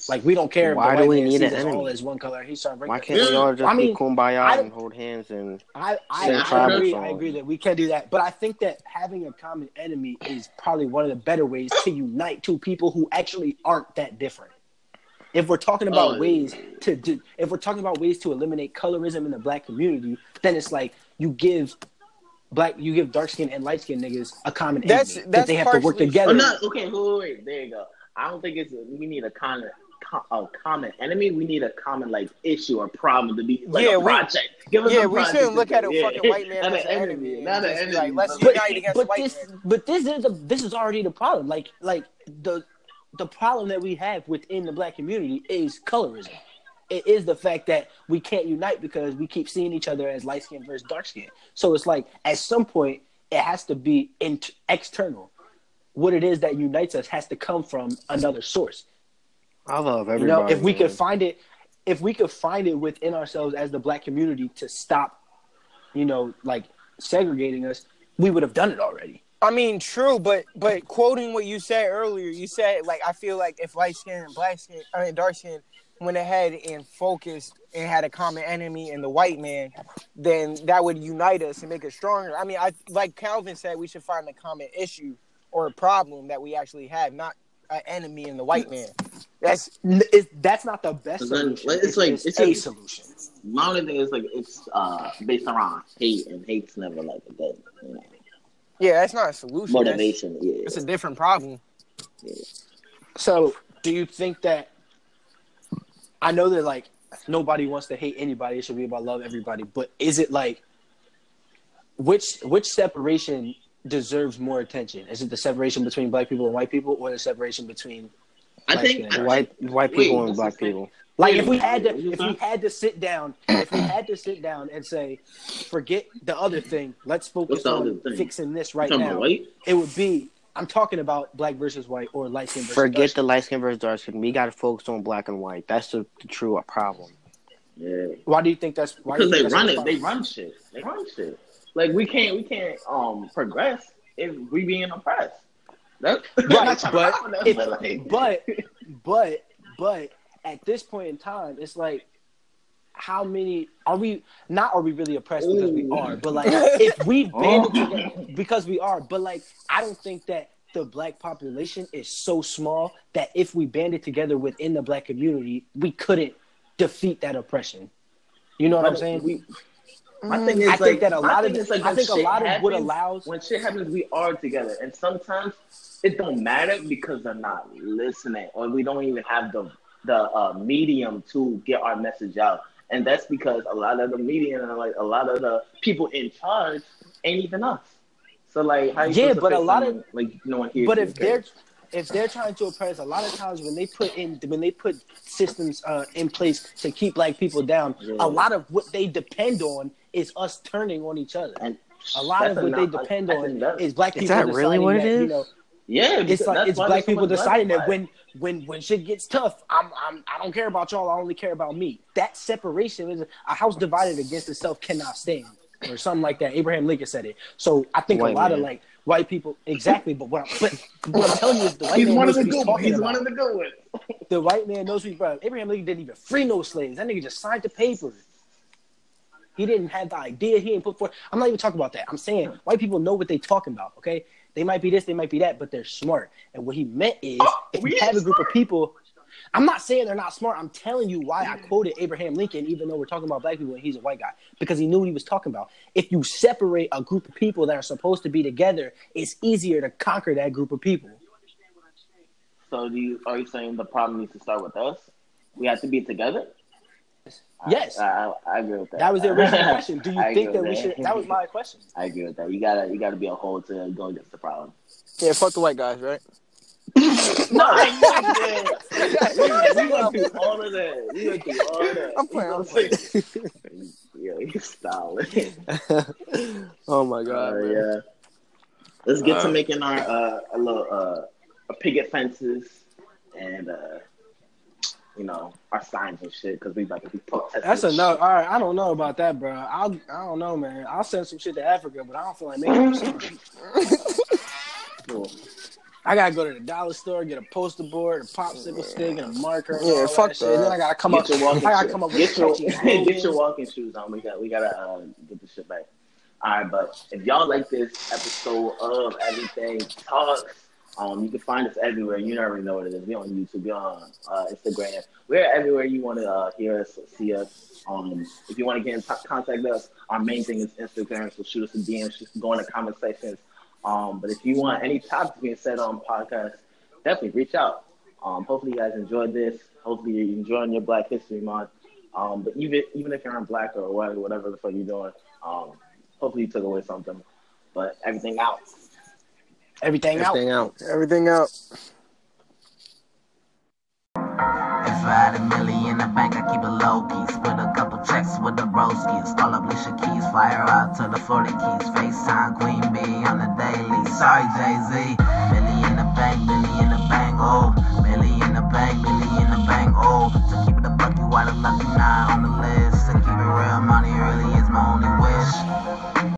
S4: Like we don't care. if the
S5: Why do
S4: white
S5: we
S4: man
S5: need
S4: sees
S5: an
S4: us
S5: enemy?
S4: All as one color. He's trying to break.
S5: Why
S4: that.
S5: can't we all just
S4: I mean,
S5: be kumbaya
S4: I-
S5: and hold hands and
S4: I I,
S5: Same
S4: I
S5: tribe
S4: agree.
S5: song.
S4: I agree that we can do that, but I think that having a common enemy is probably one of the better ways to unite two people who actually aren't that different. If we're talking about
S2: Oh.
S4: ways to do, if we're talking about ways to eliminate colorism in the black community, then it's like you give black, you give dark skin and light skin niggas a common
S3: That's-
S4: enemy that
S3: that's
S4: they have to work
S3: partially-
S4: together.
S2: Oh no. Okay. Wait, wait, wait. There you go. I don't think it's we need a common co- a common enemy. We need a common like issue or problem to be like
S3: Yeah,
S2: a
S3: we-
S2: project. Give us a
S3: yeah, we
S2: project
S3: shouldn't
S2: to
S3: look
S2: do,
S3: at a
S2: yeah.
S3: fucking white man
S2: Not
S3: as an enemy. and
S2: Not an
S3: just be
S2: enemy.
S3: Like, let's
S2: but-
S3: unite against
S4: but
S3: white
S4: this,
S3: man.
S4: but this is the this is already the problem. Like like the the problem that we have within the black community is colorism. It is the fact that we can't unite because we keep seeing each other as light skin versus dark skin. So it's like at some point it has to be in- external. What it is that unites us has to come from another source.
S5: I love
S4: You know,
S5: everybody.
S4: if we
S5: man.
S4: could find it, if we could find it within ourselves as the black community to stop, you know, like segregating us, we would have done it already.
S3: I mean, true, but but quoting what you said earlier, you said like I feel like if light skin and black skin, I mean dark skin, went ahead and focused and had a common enemy in the white man, then that would unite us and make us stronger. I mean, I like Calvin said, we should find a common issue or a problem that we actually have, not an enemy in the white man. That's
S4: N- it's, that's not the best
S2: But then,
S4: solution.
S2: like, it's
S4: It's,
S2: like-
S4: just
S2: it's
S4: a
S2: just-
S4: solution.
S2: My only thing is like it's uh based around hate, and hate's never like a good you know,
S3: yeah, that's not a solution. That's-
S2: motivation. Yeah.
S3: That's, a different problem.
S4: So, do you think that? I know that like nobody wants to hate anybody. It should be about love everybody. But is it like which which separation deserves more attention? Is it the separation between black people and white people, or the separation between
S2: I
S4: Like,
S2: think
S4: uh,
S5: white white
S2: Wait,
S5: people and
S2: that's
S5: black
S2: the thing.
S5: people.
S4: Like if we had to,
S2: What you
S4: if we
S2: saying?
S4: had to sit down, if we had to sit down and say, forget the other thing, let's
S2: What's
S4: focus
S2: the other
S4: on
S2: thing?
S4: fixing this right
S2: Talking about
S4: now.
S2: white?
S4: It would be I'm talking about black versus white or light skin versus dark
S5: Forget
S4: skin.
S5: the light skin versus dark skin. We gotta focus on black and white. That's the, the true problem.
S2: Yeah.
S4: Why do you think that's? Why do
S2: because
S4: you
S2: they
S4: think that's
S2: run
S4: the
S2: it. They
S4: problem?
S2: run shit. They run shit. Like we can't we can't um progress if we being oppressed. That,
S4: Right, but
S2: that's
S4: if-
S2: like,
S4: but but but at this point in time, it's like how many are we? Not are we really oppressed because we
S2: Ooh.
S4: are, but like if we banded
S2: Oh.
S4: together because we are, but like I don't think that the black population is so small that if we banded together within the black community, we couldn't defeat that oppression. You know what I'm saying?
S2: We, my thing is
S4: I
S2: like,
S4: think that a
S2: my
S4: lot
S2: thing
S4: of
S2: is, like,
S4: I
S2: when
S4: think a
S2: shit
S4: lot of what
S2: happens-
S4: allows
S2: when shit happens, we are together, and sometimes it don't matter because they're not listening, or we don't even have the the uh, medium to get our message out. and that's because a lot of the media and like a lot of the people in charge ain't even us. So like, how you
S4: Yeah,
S2: supposed to
S4: but a
S2: fix
S4: lot of-
S2: someone, like no one hears.
S4: But
S2: you,
S4: if
S2: okay?
S4: they're if they're trying to oppress, a lot of times when they put in when they put systems uh, in place to keep black people down,
S2: Yeah.
S4: a lot of what they depend on is us turning on each other.
S2: and
S4: A lot
S2: that's
S4: of what they
S2: enough.
S4: depend
S2: That's
S4: on
S2: enough.
S4: is black
S5: Is
S4: people.
S5: that really
S4: deciding
S5: what it
S4: that, You
S5: is?
S4: know,
S2: yeah, because
S4: it's like
S2: that's
S4: it's
S2: why
S4: black
S2: there's so
S4: people
S2: much
S4: deciding that
S2: black
S4: when when when shit gets tough, I'm I'm I don't care about y'all. I only care about me. That separation is a house divided against itself cannot stand, or something like that. Abraham Lincoln said it. So I think
S5: White
S4: a lot of
S5: man.
S4: like white people exactly. But what I'm, but what I'm telling you is the white
S2: He's
S4: man
S2: one of
S4: knows
S2: the
S4: what he's
S2: good ones.
S4: talking
S2: He's
S4: about.
S2: one of the good ones.
S4: the white man knows what he's about. Abraham Lincoln didn't even free no slaves. That nigga just signed the paper. He didn't have the idea. He didn't put forth. I'm not even talking about that. I'm saying white people know what they talking about. Okay, they might be this, they might be that, but they're smart. And what he meant is,
S2: Oh,
S4: if
S2: we
S4: you
S2: ain't
S4: have a group of people, I'm not saying they're not smart. I'm telling you why I quoted Abraham Lincoln, even though we're talking about black people and he's a white guy, because he knew what he was talking about. If you separate a group of people that are supposed to be together, it's easier to conquer that group of people.
S2: So do you are you saying the problem needs to start with us? We have to be together.
S4: Yes.
S2: I, I, I agree with that.
S4: That was the original question. Do you
S2: I
S4: think
S2: agree
S4: that we
S2: with
S4: should? That was my question.
S2: I agree with that. You gotta you gotta be a whole to go against the problem.
S3: Yeah, fuck the white guys, right?
S2: No, I knew
S3: Yeah,
S2: we went through all of that. We went through all of that.
S3: I'm playing, I'm playing.
S2: yeah, he's solid.
S3: oh my god.
S2: Uh,
S3: man.
S2: yeah. Let's get to making our uh, a little uh, a picket fences and uh, you know our signs and shit because we about to be protesting.
S4: That's a no. All right, I don't know about that, bro. I'll, I don't know, man. I'll send some shit to Africa, but I don't feel like making. no sign.
S2: Cool.
S4: I gotta go to the dollar store, get a poster board, a popsicle stick, and a marker. and
S3: Yeah,
S4: all that
S3: fuck
S4: shit. Then
S3: that.
S4: I gotta come up.
S2: Get your
S4: I
S2: walking
S4: gotta
S2: shoes.
S4: come up with
S2: Get your,
S4: catchy slogans.
S2: get your walking shoes on. We got we gotta uh, get this shit back. All right, but if y'all like this episode of Everything Talks, um, you can find us everywhere. You already know what it is. We on YouTube, we on uh, Instagram. We're everywhere you want to uh, hear us, see us. Um, if you want to get in t- contact with us, our main thing is Instagram. So shoot us a DM, just go in the comment sections. Um, but if you want any topics being said on podcast, definitely reach out. Um, hopefully you guys enjoyed this. Hopefully you're enjoying your Black History Month. Um, but even even if you're in black or white or whatever the fuck you're doing, um, hopefully you took away something. But everything out.
S4: Everything out.
S5: Everything out.
S3: Everything out.
S1: If I had a million in the bank, I keep it low key. Split a couple checks with the broskies. Call up Alicia Keys, fire out to the 40 keys. FaceTime Queen B on the daily. Sorry, Jay Z. Billy in the bank, oh. Billy in the bank. oh.